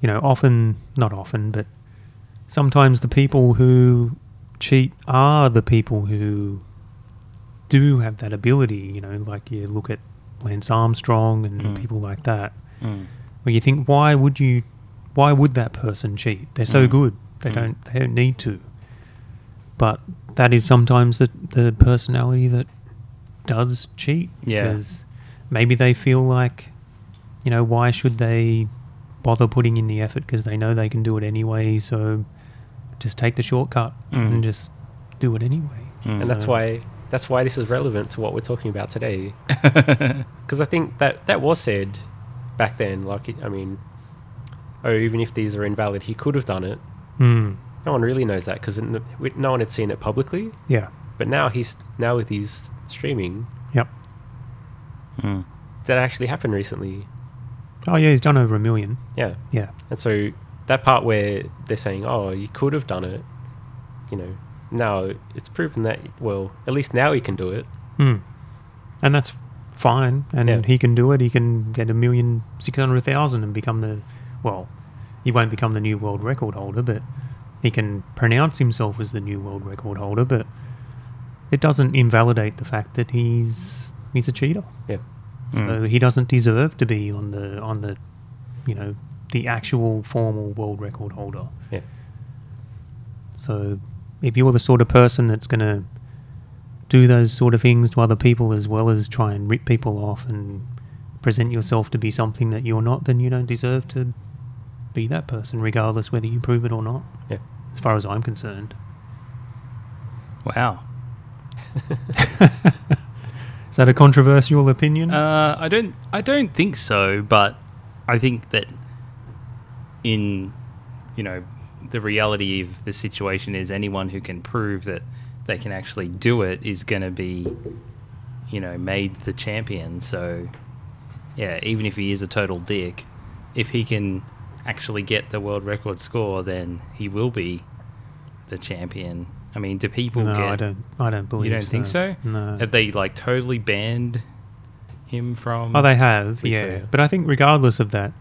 B: you know, often, not often, but sometimes the people who cheat are the people who do have that ability, you know, like you look at Lance Armstrong and
A: Mm.
B: people like that,
A: Mm.
B: where you think, why would you, why would that person cheat? They're so
A: Mm.
B: good. They
A: Mm.
B: don't, they don't need to. But that is sometimes the, the personality that does cheat.
A: Yeah.
B: Because maybe they feel like, you know, why should they bother putting in the effort? Because they know they can do it anyway. So just take the shortcut
A: Mm.
B: and just do it anyway.
A: Mm.
C: and that's
B: So-
C: why that's why this is relevant to what we're talking about today. Because I think that that was said back then. Like, it- I mean, oh, even if these are invalid, he could have done it.
B: Mm.
C: No one really knows that because no one had seen it publicly.
B: Yeah.
C: But now he's now with his streaming
B: Yep.
A: Mm.
C: that actually happened recently.
B: Oh, yeah, he's done over a million.
C: Yeah,
B: Yeah.
C: and so that part where they're saying, "Oh, you could have done it," you know, now it's proven that well, at least now he can do it.
B: Mm. And that's fine. And
C: Yeah.
B: he can do it. He can get a million six hundred thousand and become the well, he won't become the new world record holder, but he can pronounce himself as the new world record holder, but it doesn't invalidate the fact that he's he's a cheater.
C: Yeah,
B: So he doesn't deserve to be on the on the you know, the actual formal world record holder.
C: yeah,
B: So if you're the sort of person that's going to do those sort of things to other people as well as try and rip people off and present yourself to be something that you're not, then you don't deserve to be that person, regardless whether you prove it or not,
C: yeah.
B: as far as I'm concerned.
A: Wow.
B: Is that a controversial opinion?
A: Uh, I don't. I don't think so. But I think that in you know the reality of the situation is anyone who can prove that they can actually do it is going to be you know made the champion. So yeah, even if he is a total dick, if he can actually get the world record score, then he will be the champion. I mean, do people
B: no,
A: get?
B: I don't. I don't believe.
A: You don't think so?
B: No.
A: Have they like totally banned him from?
B: Oh, they have,
A: think
B: yeah.
A: so, yeah.
B: But I think, regardless of that,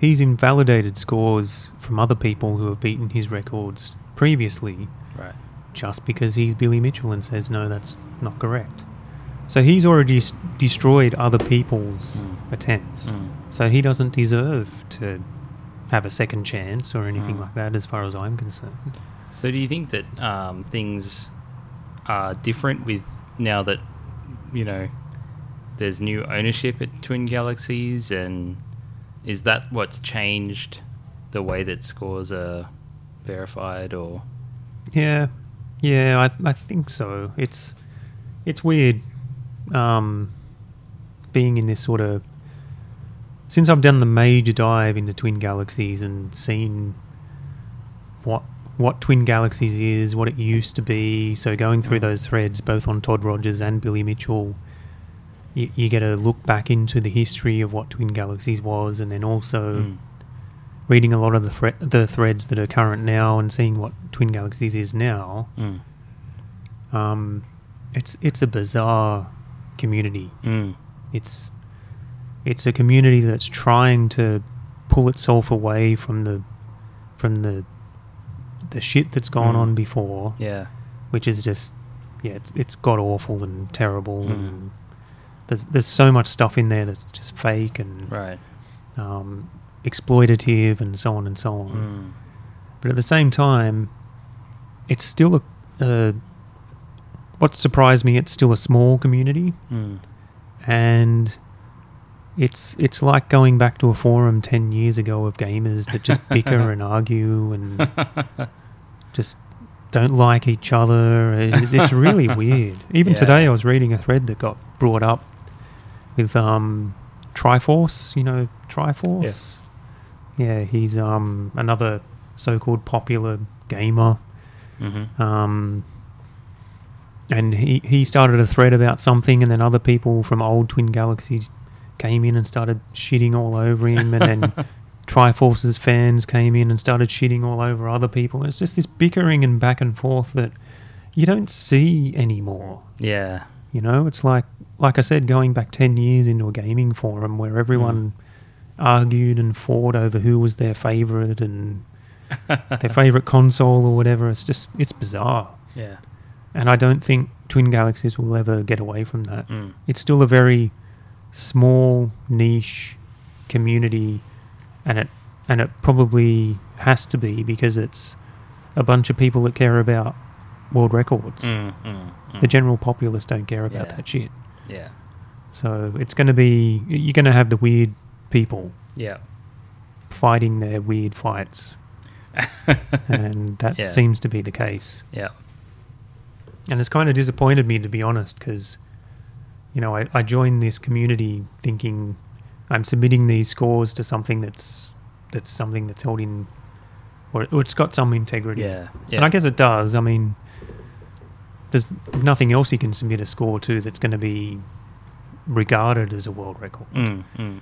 B: he's invalidated scores from other people who have beaten his records previously
A: Right.
B: just because he's Billy Mitchell and says, no, that's not correct. So he's already s- destroyed other people's
A: Mm.
B: attempts.
A: Mm.
B: So he doesn't deserve to have a second chance or anything
A: Mm.
B: like that, as far as I'm concerned.
A: So, do you think that um, things are different with now that you know there's new ownership at Twin Galaxies, and is that what's changed the way that scores are verified? Or
B: Yeah, yeah, I, I think so. It's it's weird um, being in this sort of since I've done the major dive into Twin Galaxies and seen what what Twin Galaxies is, what it used to be. So going through those threads, both on Todd Rogers and Billy Mitchell, you, you get a look back into the history of what Twin Galaxies was, and then also
A: Mm.
B: reading a lot of the thre- the threads that are current now and seeing what Twin Galaxies is now.
A: Mm.
B: Um, it's it's a bizarre community.
A: Mm.
B: It's it's a community that's trying to pull itself away from the from the the shit that's gone
A: Mm.
B: on before,
A: yeah,
B: which is just yeah, it's, it's god awful and terrible.
A: Mm.
B: And there's there's so much stuff in there that's just fake and
A: right.
B: um, exploitative and so on and so on.
A: Mm.
B: But at the same time, it's still a. Uh, what surprised me, it's still a small community,
A: Mm.
B: and it's it's like going back to a forum ten years ago of gamers that just bicker and argue and just don't like each other. It, it's really weird. Even
A: Yeah.
B: today, I was reading a thread that got brought up with um, Triforce. You know, Triforce.
C: Yes.
B: Yeah, he's um, another so-called popular gamer,
A: hmm
B: um, and he he started a thread about something, and then other people from old Twin Galaxies came in and started shitting all over him, and then Triforce's fans came in and started shitting all over other people. It's just this bickering and back and forth that you don't see anymore.
A: Yeah.
B: You know, it's like like I said, going back 10 years into a gaming forum where everyone argued and fought over who was their favorite and their favorite console or whatever, it's just, it's bizarre.
A: Yeah.
B: And I don't think Twin Galaxies will ever get away from that.
A: Mm.
B: It's still a very small niche community and it and it probably has to be because it's a bunch of people that care about world records.
A: Mm, mm, mm.
B: The general populace don't care about
A: Yeah.
B: that shit.
A: yeah.
B: So it's going to be you're going to have the weird people
A: Yeah.
B: fighting their weird fights, and that
A: Yeah.
B: seems to be the case.
A: Yeah.
B: And it's kind of disappointed me to be honest, because you know I, I joined this community thinking I'm submitting these scores to something that's that's something that's held in or, or it's got some integrity.
A: Yeah.
B: And I
A: Yeah.
B: guess it does. I mean, there's nothing else you can submit a score to that's going to be regarded as a world record.
A: Mm, mm.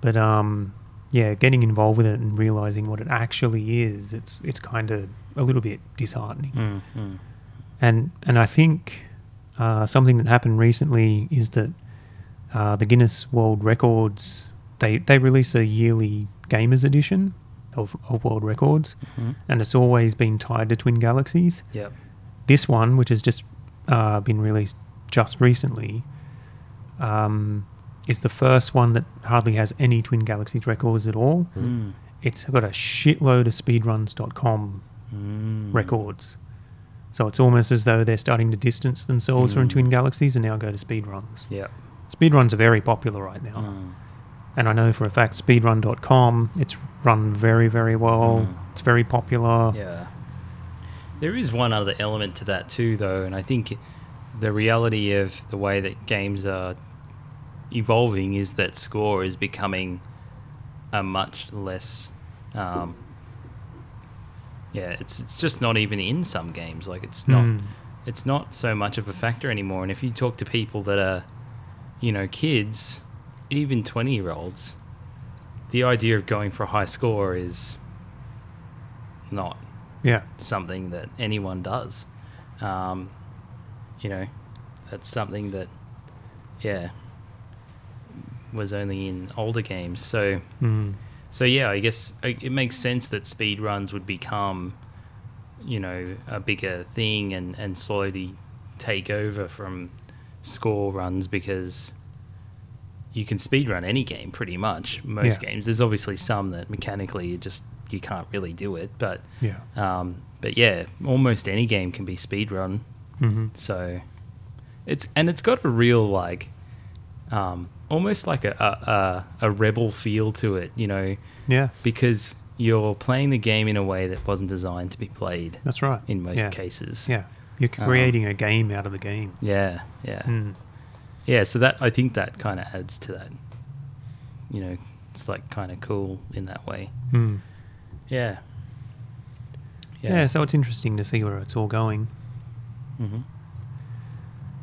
B: But um, yeah, getting involved with it and realizing what it actually is, it's it's kind of a little bit disheartening.
A: Mm, mm.
B: And and I think uh, something that happened recently is that uh, the Guinness World Records they they release a yearly gamers edition of, of World Records,
A: Mhm.
B: and it's always been tied to Twin Galaxies.
A: Yep.
B: This one, which has just uh, been released just recently, um, is the first one that hardly has any Twin Galaxies records at all.
A: Mm.
B: It's got a shitload of speedruns.com
A: Mm.
B: records. So it's almost as though they're starting to distance themselves from
A: Mm.
B: Twin Galaxies and now go to speedruns.
A: Yep.
B: Speedruns are very popular right now.
A: Mm.
B: And I know for a fact speedrun.com, it's run very, very well.
A: Mm.
B: It's very popular.
A: Yeah. There is one other element to that too, though, and I think the reality of the way that games are evolving is that score is becoming a much less. Um, yeah, it's it's just not even in some games. Like it's not
B: Mm.
A: it's not so much of a factor anymore. And if you talk to people that are, you know, kids, even twenty year olds, the idea of going for a high score is not
B: Yeah.
A: something that anyone does. Um, you know, that's something that, yeah, was only in older games. So,
B: Mm.
A: so yeah, I guess i- it makes sense that speed runs would become, you know, a bigger thing and and slowly take over from score runs because you can speed run any game pretty much. Most
B: Yeah.
A: games, there's obviously some that mechanically you just you can't really do it, but
B: Yeah.
A: um, but yeah, almost any game can be speedrun.
B: hmm
A: So it's and it's got a real like um, almost like a, a, a a rebel feel to it, you know,
B: Yeah.
A: because you're playing the game in a way that wasn't designed to be played
B: That's right.
A: in most
B: yeah.
A: cases.
B: Yeah. You're
A: Um,
B: creating a game out of the game.
A: Yeah, yeah.
B: Mm.
A: Yeah, so that I think that kind of adds to that. You know, it's like kind of cool in that way.
B: Mm.
A: Yeah.
B: Yeah. So it's interesting to see where it's all going.
A: Mhm.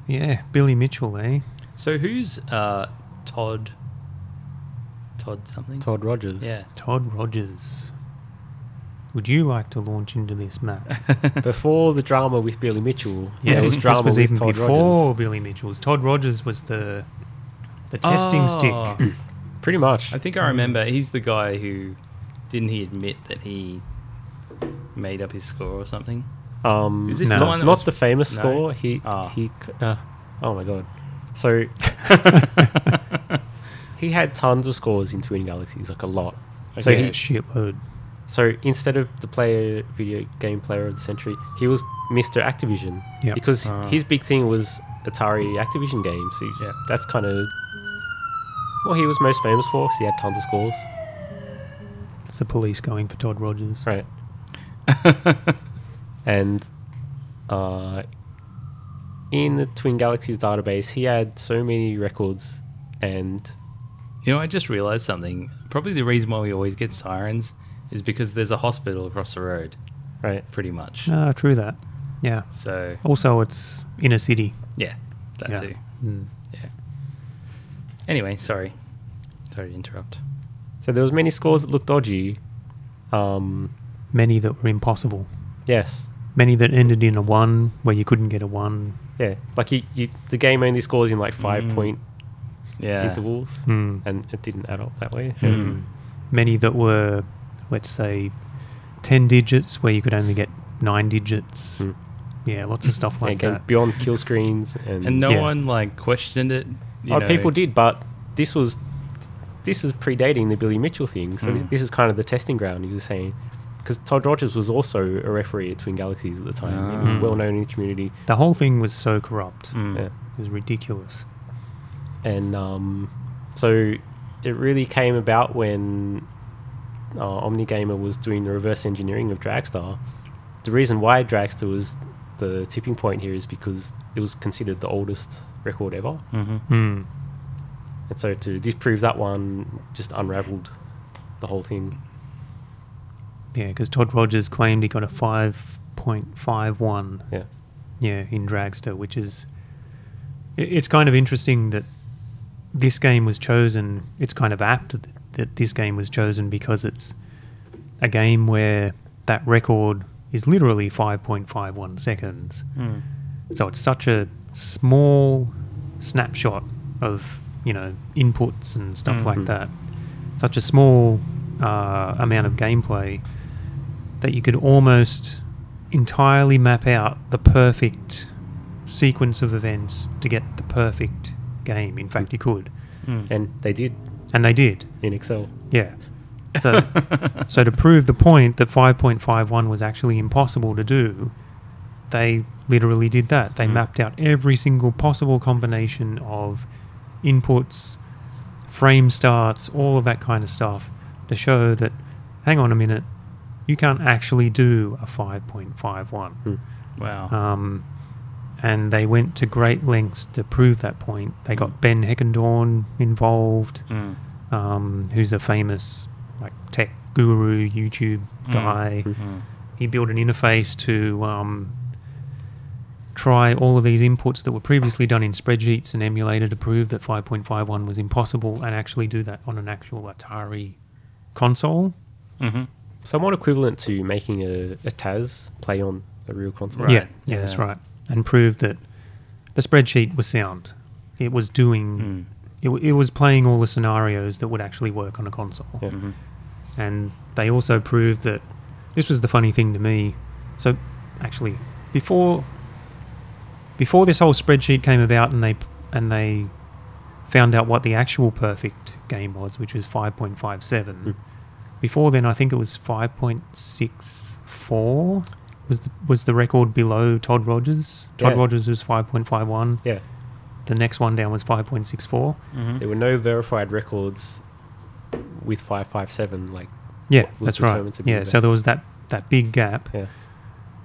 B: Yeah. Billy Mitchell, eh?
A: So who's uh, Todd? Todd something.
C: Todd Rogers.
A: Yeah.
B: Todd Rogers. Would you like to launch into this, Matt?
C: Before the drama with Billy Mitchell, there was
B: this
C: drama
B: was
C: with
B: even
C: Todd
B: before
C: Rogers.
B: Billy Mitchell's. Todd Rogers was the the testing
C: Ah.
B: stick.
C: Pretty much.
A: Oh, I think I remember. He's the guy who didn't he admit that he made up his score or something?
C: Um,
A: Is this
B: No.
A: the one that
C: not
A: was-
C: the famous
A: No.
C: score. He
A: Ah.
C: he. c- Uh, oh my god. So he had tons of scores in Twin Galaxies, like a lot. So
B: yeah,
C: he
B: shitload.
C: so instead of the player video game player of the century, he was Mr. Activision
B: Yep.
C: because
A: Ah.
C: his big thing was Atari Activision games. So
A: Yep.
C: that's kind of what he was most famous for. 'cause he had tons of scores,
B: It's the police going for Todd Rogers.
C: right? and uh, in the Twin Galaxies database, he had so many records, and
A: You know, I just realized something. Probably the reason why we always get sirens is because there's a hospital across the road,
C: right,
A: pretty much.
B: Ah, true that. Yeah.
A: So
B: Also, it's inner city.
A: yeah, that
B: yeah.
A: too.
B: Mm.
A: Yeah. Anyway, sorry, sorry to interrupt.
C: so there was many scores that looked dodgy. Um,
B: Many that were impossible.
C: yes,
B: Many that ended in a one where you couldn't get a one.
C: Yeah, like you, you the game only scores in like five
A: Mm. Hmm.
C: point
A: Yeah.
C: intervals,
B: Mm.
C: and it didn't add up that way.
A: Mm.
B: Many that were, let's say, 10 digits where you could only get nine digits.
C: Mm.
B: Yeah, lots of stuff
C: And
B: like
C: again,
B: that.
C: beyond kill screens and,
A: And no
B: Yeah.
A: one like questioned it. you
C: oh,
A: know.
C: people did, but this was this is predating the Billy Mitchell thing, so this,
A: Mm.
C: this is kind of the testing ground. He was saying because Todd Rogers was also a referee at Twin Galaxies at the time, he
A: Ah.
C: was well known in the community,
B: The whole thing was so corrupt.
A: Mm.
C: yeah.
B: It was ridiculous.
C: and um, so it really came about when uh, OmniGamer was doing the reverse engineering of Dragstar. The reason why Dragster was the tipping point here is because it was considered the oldest record ever.
A: Mhm.
B: Mm.
C: And so to disprove that one just unraveled the whole thing.
B: Yeah, because Todd Rogers claimed he got a 5.51
C: Yeah.
B: yeah, in Dragster, which is i- it's kind of interesting that this game was chosen. It's kind of apt th- that this game was chosen because it's a game where that record is literally 5.51 seconds.
A: Mm.
B: So it's such a small snapshot of you know inputs and stuff like
C: Mhm.
B: that. Such a small uh, amount of gameplay that you could almost entirely map out the perfect sequence of events to get the perfect game. In fact, you could,
A: Mm.
C: And they did
B: and they did.
C: in Excel.
B: Yeah. So, so to prove the point that 5.51 was actually impossible to do, they literally did that. They
A: Mm.
B: mapped out every single possible combination of inputs, frame starts, all of that kind of stuff to show that, hang on a minute, you can't actually do a 5.51.
C: Hmm.
A: wow.
B: Um, and they went to great lengths to prove that point. They got Ben Heckendorn involved
A: Mm.
B: um, who's a famous like tech guru YouTube
A: Mm.
B: guy.
A: Mm.
B: He built an interface to um, try all of these inputs that were previously done in spreadsheets and emulator to prove that 5.51 was impossible and actually do that on an actual Atari console.
A: Mhm.
C: Somewhat equivalent to making a, a TAS play on a real console.
A: Right.
B: Yeah, yeah, that's
A: Yeah.
B: right. And prove that the spreadsheet was sound. It was doing.
A: Mm.
B: It, w- it was playing all the scenarios that would actually work on a console.
C: Yeah.
A: Mhm.
B: and they also proved that this was the funny thing to me. So, actually, before before this whole spreadsheet came about, and they and they found out what the actual perfect game was, which was five point five
C: Mm.
B: seven. Before then, I think it was five point six four. Was the, was the record below Todd Rogers? Todd
C: Yeah.
B: Rogers was five point five one.
C: Yeah.
B: The next one down was five point six four.
A: Mhm.
C: There were no verified records with 557. Like,
B: Yeah,
C: what was
B: that's right.
C: determined to be
B: Yeah,
C: the
B: so
C: best.
B: there was that that big gap.
C: yeah.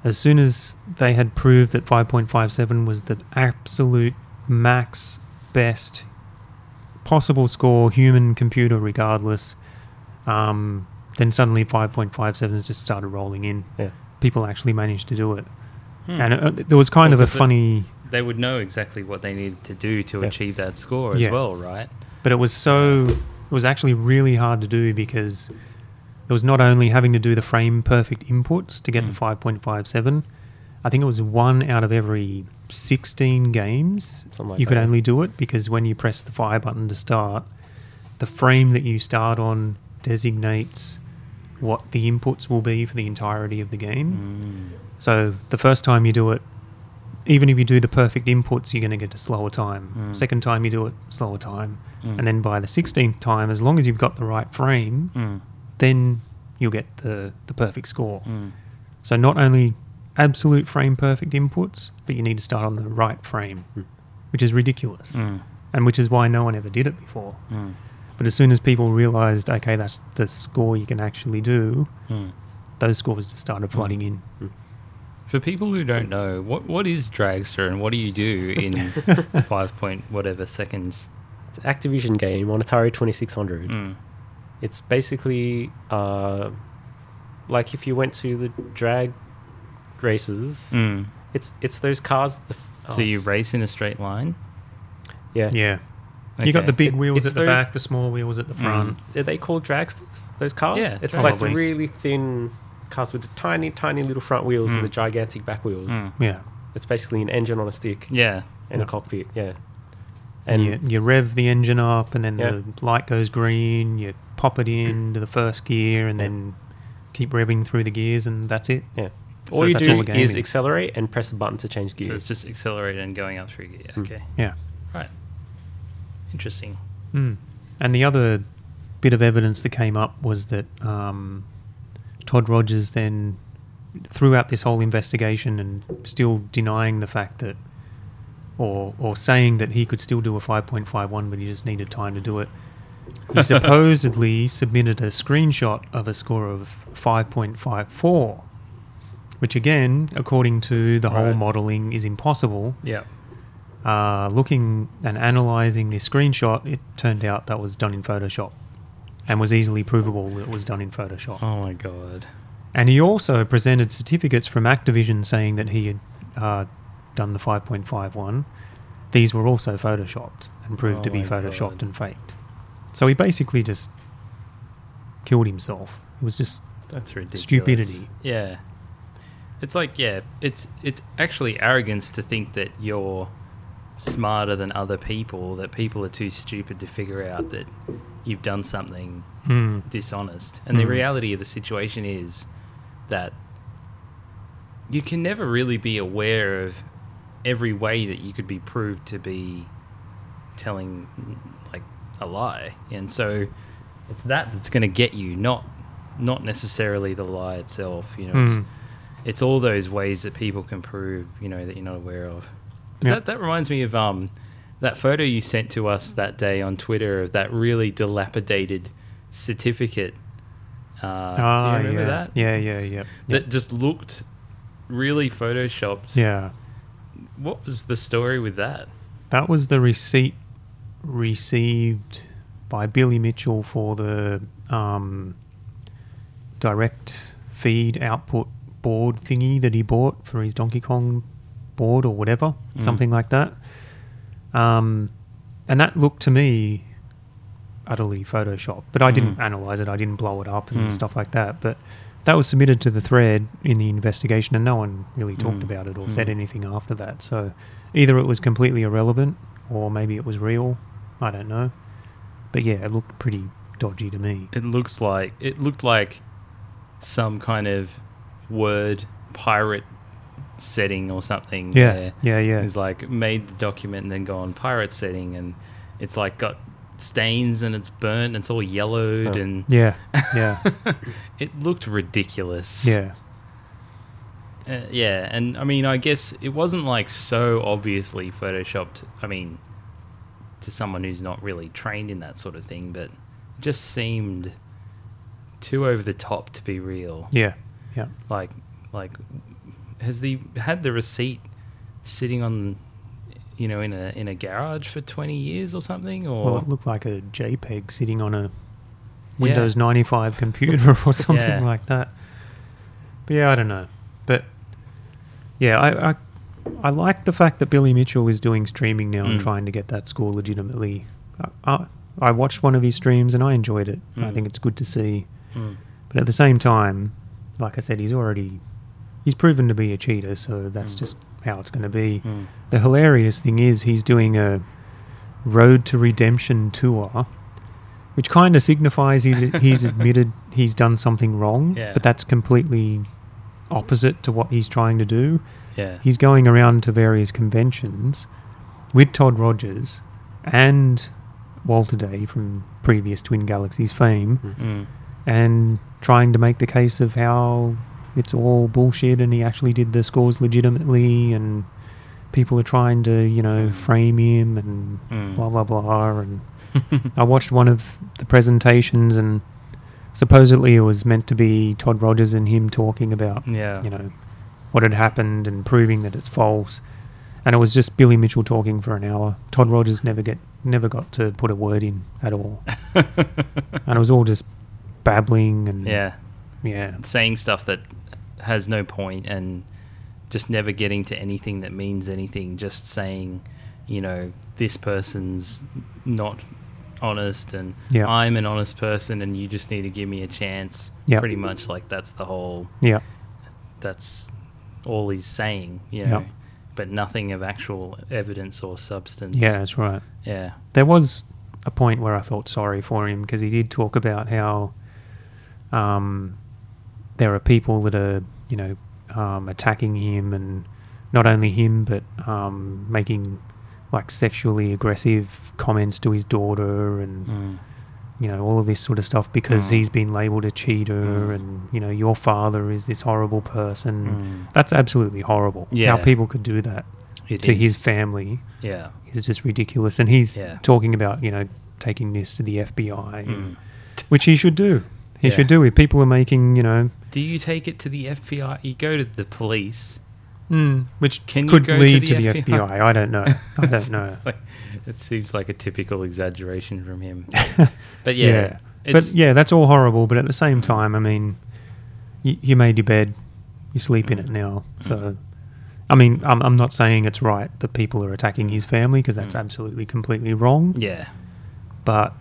B: as soon as they had proved that 5.57 was the absolute max best possible score, human computer regardless, um, then suddenly 5.57s just started rolling in.
C: Yeah.
B: People actually managed to do it.
A: Hmm.
B: And uh, there was kind
A: Well,
B: of a
A: 'cause it-
B: funny,
A: they would know exactly what they needed to do to
C: Yeah.
A: achieve that score as
B: Yeah.
A: well, right?
B: but it was so, it was actually really hard to do because it was not only having to do the frame perfect inputs to get the
A: Hmm.
B: 5.57, I think it was one out of every 16 games
C: Something like
B: you could
C: that.
B: only do it because when you press the fire button to start, the frame that you start on designates what the inputs will be for the entirety of the game.
C: Hmm.
B: So the first time you do it, even if you do the perfect inputs, you're going to get a slower time.
C: Hmm.
A: Mm.
B: Second time you do it, slower time.
A: Mm.
B: And then by the 16th time, as long as you've got the right frame,
C: Hmm.
A: Mm.
B: then you'll get the, the perfect score.
C: Hmm.
A: Mm.
B: So not only absolute frame perfect inputs, but you need to start on the right frame, which is ridiculous,
C: Hmm.
A: Mm.
B: and which is why no one ever did it before.
A: Mm.
B: But as soon as people realised, okay, that's the score you can actually do,
A: Mm.
B: those scores just started
C: Hmm.
B: flooding in.
A: For people who don't know, what what is Dragster and what do you do in five point whatever seconds?
C: It's an Activision game on Atari 2600.
B: Hmm.
A: Mm.
C: It's basically uh, like if you went to the drag races,
A: Mm.
C: it's it's those cars. The, f- oh,
A: So you race in a straight line.
C: yeah.
B: Yeah. You got the
A: Okay.
B: big wheels
C: it's
B: at the
C: those-
B: back, the small wheels at the front.
C: Are they called dragsters? Those cars?
A: Yeah,
C: it's
A: drag
C: like
A: probably.
C: really thin cars with the tiny, tiny little front wheels and the gigantic back wheels.
A: Mm.
B: Yeah.
C: It's basically an engine on a stick
A: Yeah.
C: and a cockpit. Yeah.
B: And
C: And
B: you, you rev the engine up, and then
C: Yeah.
B: the light goes green. You pop it into the first gear, and
C: Yeah.
B: then keep revving through the gears, and that's it.
C: yeah.
B: So
C: all you
B: that's
C: do
B: all the
C: is
B: gaming.
C: accelerate and press the button to change
A: So
C: gear.
A: it's just accelerated and going up through gear. Okay.
B: Yeah.
A: Right. Interesting.
B: Mm. And the other bit of evidence that came up was that um, Todd Rogers then, throughout this whole investigation, and still denying the fact that, or or saying that he could still do a 5.51, but he just needed time to do it. He supposedly submitted a screenshot of a score of 5.54, which again, according to the whole
A: Right.
B: modelling, is impossible
A: Yeah.
B: uh, looking and analyzing this screenshot, it turned out that was done in Photoshop and was easily provable that it was done in Photoshop.
A: Oh my god.
B: And he also presented certificates from Activision saying that he had uh, done the 5.51. These were also photoshopped and proved
A: Oh
B: to be
A: my
B: photoshopped
A: God.
B: and faked. So he basically just killed himself. It was just
A: That's ridiculous.
B: Stupidity.
A: Yeah. It's like yeah, it's it's actually arrogance to think that you're smarter than other people, that people are too stupid to figure out that you've done something
B: mm,
A: dishonest. And the
B: Mm.
A: reality of the situation is that you can never really be aware of every way that you could be proved to be telling like a lie. And so it's that that's going to get you, not not necessarily the lie itself, you know.
B: Mm.
A: It's, it's all those ways that people can prove, you know, that you're not aware of. But
B: Yeah.
A: That that reminds me of um that photo you sent to us that day on Twitter of that really dilapidated certificate. Uh, do
B: Ah,
A: you remember
B: yeah.
A: that?
B: Yeah, yeah, yeah.
A: That just looked really photoshopped.
B: yeah.
A: What was the story with that?
B: That was the receipt received by Billy Mitchell for the um, direct feed output board thingy that he bought for his Donkey Kong board or whatever,
A: Mm.
B: something like that. Um, and that looked to me utterly photoshopped, but I didn't
A: Mm.
B: analyze it, I didn't blow it up and
A: Mm.
B: stuff like that. But that was submitted to the thread in the investigation, and no one really talked
A: Mm.
B: about it or
A: Mm.
B: said anything after that. So either it was completely irrelevant or maybe it was real. I don't know. But yeah, it looked pretty dodgy to me.
A: It looks like it looked like some kind of word pirate setting or something.
B: Yeah,
A: where
B: yeah, yeah.
A: It's like made the document and then gone pirate setting, and it's like got stains and it's burnt and it's all yellowed
C: Oh.
A: and
B: Yeah, yeah,
A: it looked ridiculous.
B: yeah.
A: Uh, yeah, and I mean, I guess it wasn't like so obviously photoshopped. I mean, to someone who's not really trained in that sort of thing, but it just seemed too over the top to be real.
B: Yeah, yeah.
A: Like, like, has the had the receipt sitting on, you know, in a in a garage for twenty years or something, or
B: Well, it looked like a JPEG sitting on a Windows 95 computer or something
A: Yeah.
B: like that. But yeah, I don't know. But yeah, I, I I like the fact that Billy Mitchell is doing streaming now and
A: Mm.
B: trying to get that score legitimately. I, I, I watched one of his streams and I enjoyed it. I
A: Mm.
B: think it's good to see.
A: Mm.
B: But at the same time, like I said, he's already he's proven to be a cheater, so that's
A: Mm.
B: just how it's going to be.
A: Mm.
B: The hilarious thing is he's doing a road to redemption tour, which kind of signifies he's, he's admitted he's done something wrong,
A: Yeah.
B: but that's completely opposite to what he's trying to do.
A: yeah,
B: He's going around to various conventions with Todd Rogers and Walter Day from previous Twin Galaxies fame
A: Mm.
B: and trying to make the case of how it's all bullshit and he actually did the scores legitimately and people are trying to, you know, frame him and
A: Mm.
B: blah blah blah and I watched one of the presentations and supposedly it was meant to be Todd Rogers and him talking about
A: yeah,
B: you know what had happened and proving that it's false. And it was just Billy Mitchell talking for an hour. Todd Rogers never get never got to put a word in at all. and it was all just babbling and
A: yeah.
B: yeah,
A: saying stuff that has no point and just never getting to anything that means anything just saying you know this person's not honest and
B: Yeah.
A: i'm an honest person and you just need to give me a chance
B: Yeah.
A: Pretty much like that's the whole
B: Yeah.
A: that's all he's saying, you
B: Yep.
A: know, but nothing of actual evidence or substance.
B: Yeah, that's right.
A: Yeah.
B: There was a point where I felt sorry for him because he did talk about how um, there are people that are, you know, um, attacking him and not only him, but um, making like sexually aggressive comments to his daughter and,
A: Mm.
B: you know, all of this sort of stuff because
A: Mm.
B: he's been labeled a cheater
A: Mm.
B: and, you know, your father is this horrible person.
A: Mm.
B: That's absolutely horrible.
A: Yeah.
B: How people could do that
A: It
B: to his
A: is.
B: family
A: Yeah.
B: is just ridiculous. And he's
A: Yeah.
B: talking about, you know, taking this to the FBI,
A: Mm.
B: which he should do. He
A: Yeah.
B: should do. If people are making, you know,
A: Do you take it to the FBI? You go to the police.
B: which
A: Hmm. Can you
B: could
A: go to
B: lead
A: the
B: to the, FBI?
A: FBI?
B: I don't know. I don't know.
A: Like, it seems like a typical exaggeration from him.
B: but
A: But yeah,
B: But
A: it's- Hmm.
B: yeah, that's all horrible. But at the same time, I mean, you, you made your bed, you sleep in it now.
A: Hmm.
B: So, I mean, I'm, I'm not saying it's right that people are attacking his family because that's
A: Mm.
B: absolutely completely wrong.
A: Yeah.
B: But,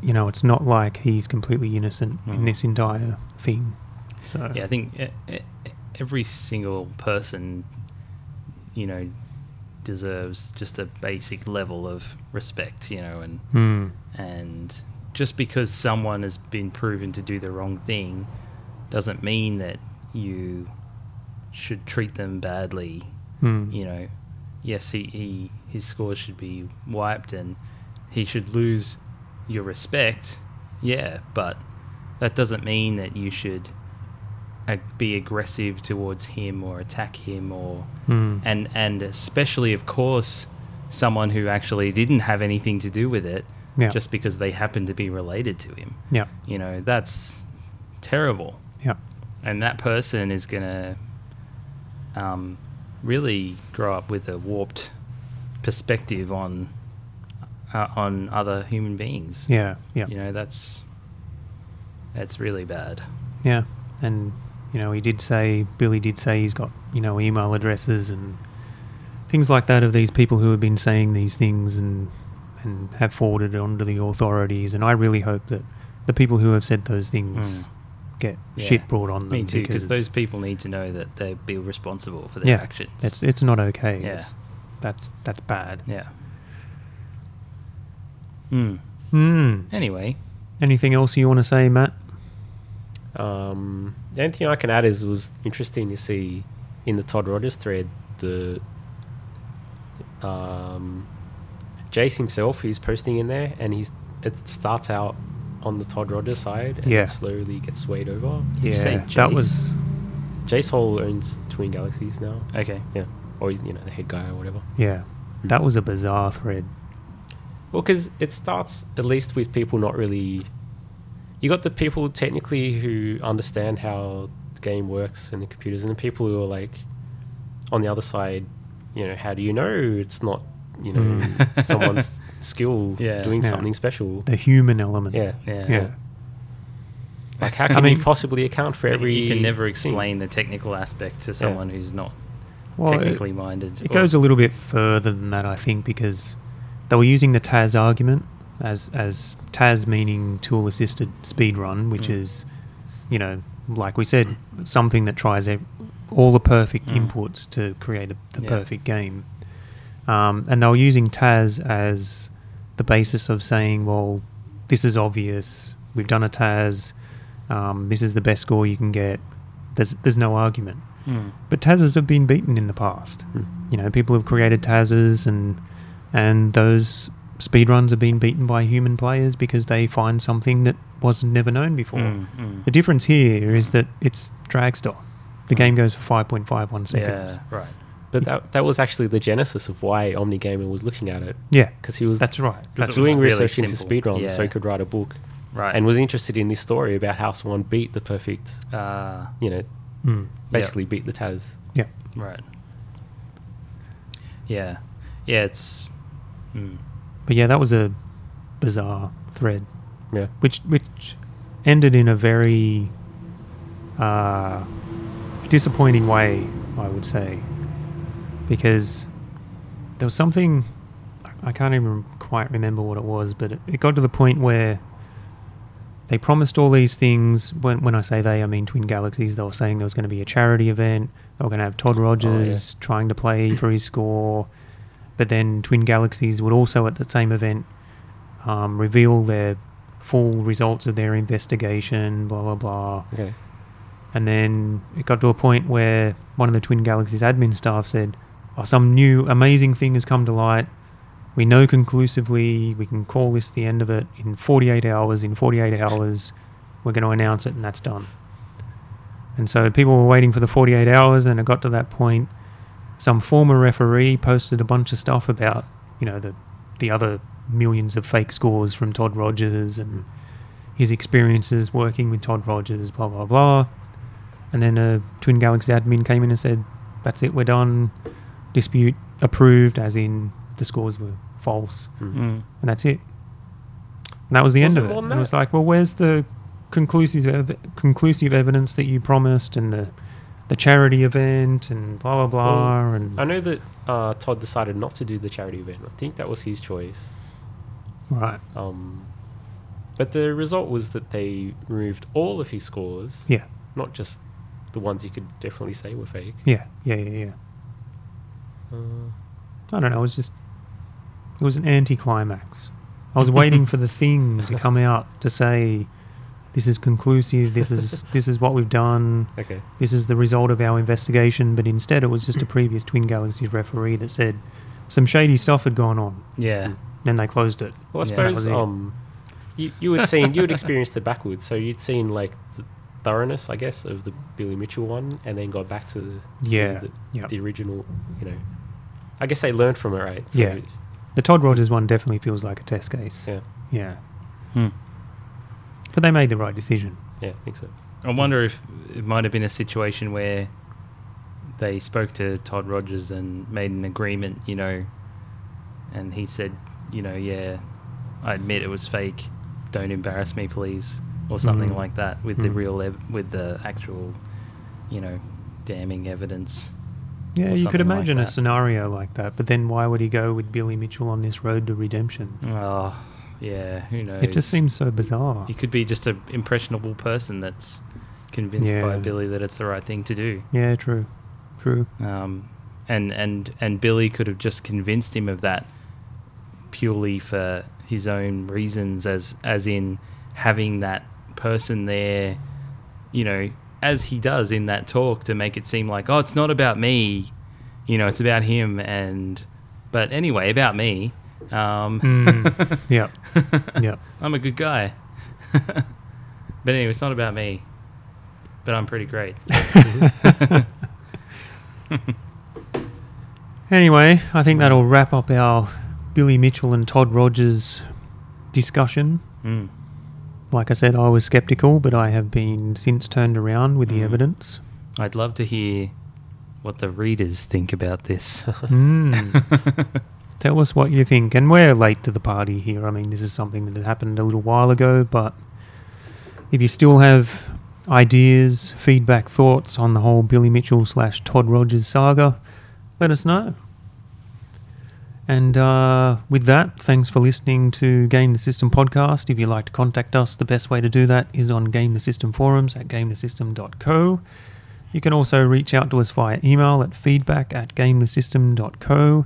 B: you know, it's not like he's completely innocent in
A: Mm.
B: this entire thing. So,
A: Yeah, I think e- e- every single person, you know, deserves just a basic level of respect, you know, and
B: Hmm.
A: and just because someone has been proven to do the wrong thing doesn't mean that you should treat them badly.
B: Hmm.
A: You know, yes, he, he his scores should be wiped and he should lose your respect. Yeah, but that doesn't mean that you should uh, be aggressive towards him or attack him or
B: Hmm.
A: Mm-hmm. and and especially of course someone who actually didn't have anything to do with it
B: Yeah.
A: just because they happened to be related to him
B: Yeah.
A: you know that's terrible
B: Yeah.
A: and that person is gonna um, really grow up with a warped perspective on uh, on other human beings
B: Yeah. Yeah.
A: you know that's that's really bad
B: Yeah. And, you know, he did say, Billy did say he's got, you know, email addresses and things like that of these people who have been saying these things and, and have forwarded it on to the authorities. And I really hope that the people who have said those things
A: Mm.
B: get
A: Yeah.
B: shit brought on them.
A: me too because those people need to know that they'll be responsible for their
B: yeah,
A: actions
B: It's, it's not okay.
A: Yeah.
B: It's, that's, that's bad.
A: Yeah. Hmm.
B: Hmm.
A: Anyway,
B: Anything else you want to say, Matt?
C: Um, the only thing I can add is it was interesting to see in the Todd Rogers thread the um, Jace himself he's posting in there and he's it starts out on the Todd Rogers side and
B: Yeah.
C: it slowly gets swayed over.
A: you say
B: that
A: Jace?
B: was,
C: Jace Hall owns Twin Galaxies now.
A: okay.
C: Yeah, or he's you know the head guy or whatever.
B: yeah, that was a bizarre thread.
C: Well, because it starts at least with people not really. You got the people technically who understand how the game works and the computers, and the people who are like on the other side. You know, how do you know it's not you know
A: Mm.
C: someone's skill
A: Yeah.
C: doing
B: Yeah.
C: something special?
B: The human element.
C: Yeah.
A: Yeah.
B: Yeah.
C: Like, how
B: I
C: can
B: mean-
C: you possibly account for every?
A: you can never
C: thing?
A: explain the technical aspect to someone who's not
B: Well, it-
A: technically minded.
B: It
A: or-
B: goes a little bit further than that, I think, because they were using the Taz argument as as Taz meaning tool assisted speedrun, which
A: Mm.
B: is, you know, like we said, something that tries ev- all the perfect
A: Mm.
B: inputs to create a, the
A: Yeah.
B: perfect game. Um, and they were using Taz as the basis of saying, well, this is obvious. We've done a Taz. Um, this is the best score you can get. There's there's no argument.
A: Hmm.
B: But Tazers have been beaten in the past.
C: Hmm.
B: You know, people have created Tazers and and those speedruns have been beaten by human players because they find something that was never known before.
C: Hmm.
A: Mm, mm.
B: The difference here is that it's Dragster. The
C: Hmm.
A: Mm.
B: game goes for 5.51 seconds.
A: Yeah. Right.
C: But that that was actually the genesis of why Omnigamer was looking at it
B: Yeah.
C: because he was
B: That's right.
A: That's-
B: That's
A: it was
C: doing
A: really
C: research into
A: simple.
C: speedruns, so
A: Yeah.
C: he could write a book,
A: Right.
C: and was interested in this story about how someone beat the perfect
A: uh,
C: you know,
B: Mm.
C: basically beat the Taz.
B: Yeah.
A: right. Yeah. Yeah. It's. Mm.
B: But yeah, that was a bizarre thread.
C: Yeah.
B: which which ended in a very uh, disappointing way, I would say, because there was something I- I can't even quite remember what it was, but it, it got to the point where they promised all these things. When, when I say they, I mean Twin Galaxies. They were saying there was going to be a charity event. They were going to have Todd Rogers trying to play for his score. But then Twin Galaxies would also, at the same event, um, reveal their full results of their investigation, blah, blah, blah.
C: Okay.
B: And then it got to a point where one of the Twin Galaxies admin staff said, oh, Some new amazing thing has come to light. We know conclusively, we can call this the end of it in 48 hours. In 48 hours, we're going to announce it, and that's done. And so people were waiting for the 48 hours, and it got to that point. Some former referee posted a bunch of stuff about, you know, the, the other millions of fake scores from Todd Rogers and his experiences working with Todd Rogers, blah, blah, blah. And then a Twin Galaxy admin came in and said, That's it, we're done. Dispute approved, as in the scores were false.
A: Mm.
B: And that's it. And that was the
C: Was
B: end
C: it
B: of it.
C: more than
B: And it was
C: that?
B: like, Well, where's the conclusive, ev- conclusive evidence that you promised and the, the charity event and blah, blah, blah?
C: Well,
B: and
C: I know that uh, Todd decided not to do the charity event. I think that was his choice.
B: Right.
C: Um, but the result was that they removed all of his scores,
B: Yeah.
C: not just the ones you could definitely say were fake.
B: Yeah. Yeah. Yeah. Yeah.
C: Uh,
B: I don't know. It was just, it was an anticlimax. I was waiting for the thing to come out to say, "This is conclusive. This is this is what we've done.
C: okay.
B: This is the result of our investigation." But instead, it was just a previous Twin Galaxies referee that said some shady stuff had gone on.
A: Yeah.
B: Then they closed it.
C: Well, I
A: Yeah. That
B: was
C: suppose
B: it.
C: um, you you had seen you had experienced it backwards, so you'd seen like the thoroughness, I guess, of the Billy Mitchell one, and then got back to the,
B: Yeah,
C: the,
B: yeah.
C: the original. You know, I guess they learned from it, right?
B: Yeah. The Todd Rogers one definitely feels like a test case.
C: yeah,
B: Yeah.
A: Hmm.
B: But they made the right decision.
C: yeah, I think so.
A: I wonder if it might have been a situation where they spoke to Todd Rogers and made an agreement, you know, and he said, you know, yeah, I admit it was fake. Don't embarrass me, please, or something
B: Mm.
A: like that, with the
B: Mm.
A: real, ev- with the actual, you know, damning evidence.
B: Yeah,
A: or
B: you could
A: something like
B: imagine a
A: that.
B: scenario like that, but then why would he go with Billy Mitchell on this road to redemption?
A: Oh, yeah. Who knows?
B: Mm. It just seems so bizarre.
A: You could be just an impressionable person that's convinced by
B: Yeah.
A: Billy that it's the right thing to do.
B: Yeah, true. True.
A: um, and and and Billy could have just convinced him of that purely for his own reasons, as as in having that person there, you know, as he does in that talk to make it seem like oh, it's not about me, you know, it's about him, and but anyway, about me, um,
B: Mm. yep. Yep.
A: I'm a good guy, but anyway, it's not about me, but I'm pretty great.
B: Anyway, I think that'll wrap up our Billy Mitchell and Todd Rogers discussion.
A: Mm.
B: Like I said, I was skeptical, but I have been since turned around with the
A: Mm.
B: evidence.
A: I'd love to hear what the readers think about this.
B: Mm. Tell us what you think. And we're late to the party here. I mean, this is something that had happened a little while ago, but if you still have ideas, feedback, thoughts on the whole Billy Mitchell slash Todd Rogers saga, let us know. And uh, with that, thanks for listening to Game the System podcast. If you'd like to contact us, the best way to do that is on Game the System forums at gamethesystem.co. You can also reach out to us via email at feedback at gamethesystem.co.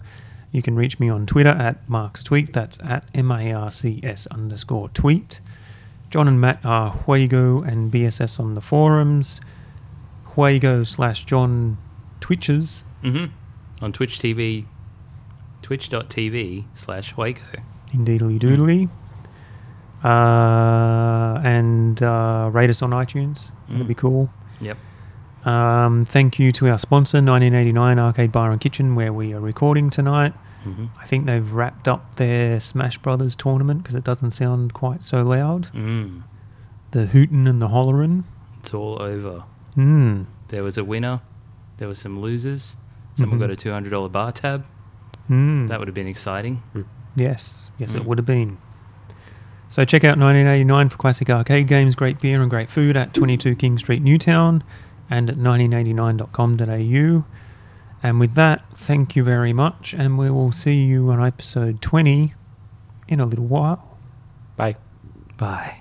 B: You can reach me on Twitter at markstweet, that's at M-A-R-C-S underscore tweet. John and Matt are Huego and BSS on the forums. Huego slash John twitches.
A: hmm On Twitch TV, twitch.tv slash Waco.
B: Indeedly doodly. Uh, and uh, rate us on iTunes. That'd
A: Mm.
B: be cool.
A: Yep.
B: Um, thank you to our sponsor, 1989 Arcade Bar and Kitchen, where we are recording tonight.
A: Mm-hmm.
B: I think they've wrapped up their Smash Brothers tournament because it doesn't sound quite so loud.
A: Mm.
B: The hootin' and the hollerin'.
A: It's all over.
B: Mm.
A: There was a winner. There were some losers. Someone
B: Mhm.
A: got a two hundred dollar bar tab.
B: Mm.
A: That would have been exciting.
B: Yes, yes, it
A: Mm.
B: would have been. So check out 1989 for classic arcade games, great beer and great food at 22 King Street, Newtown, and at 1989.com.au. And with that, thank you very much, and we will see you on episode 20 in a little while.
C: Bye.
A: Bye.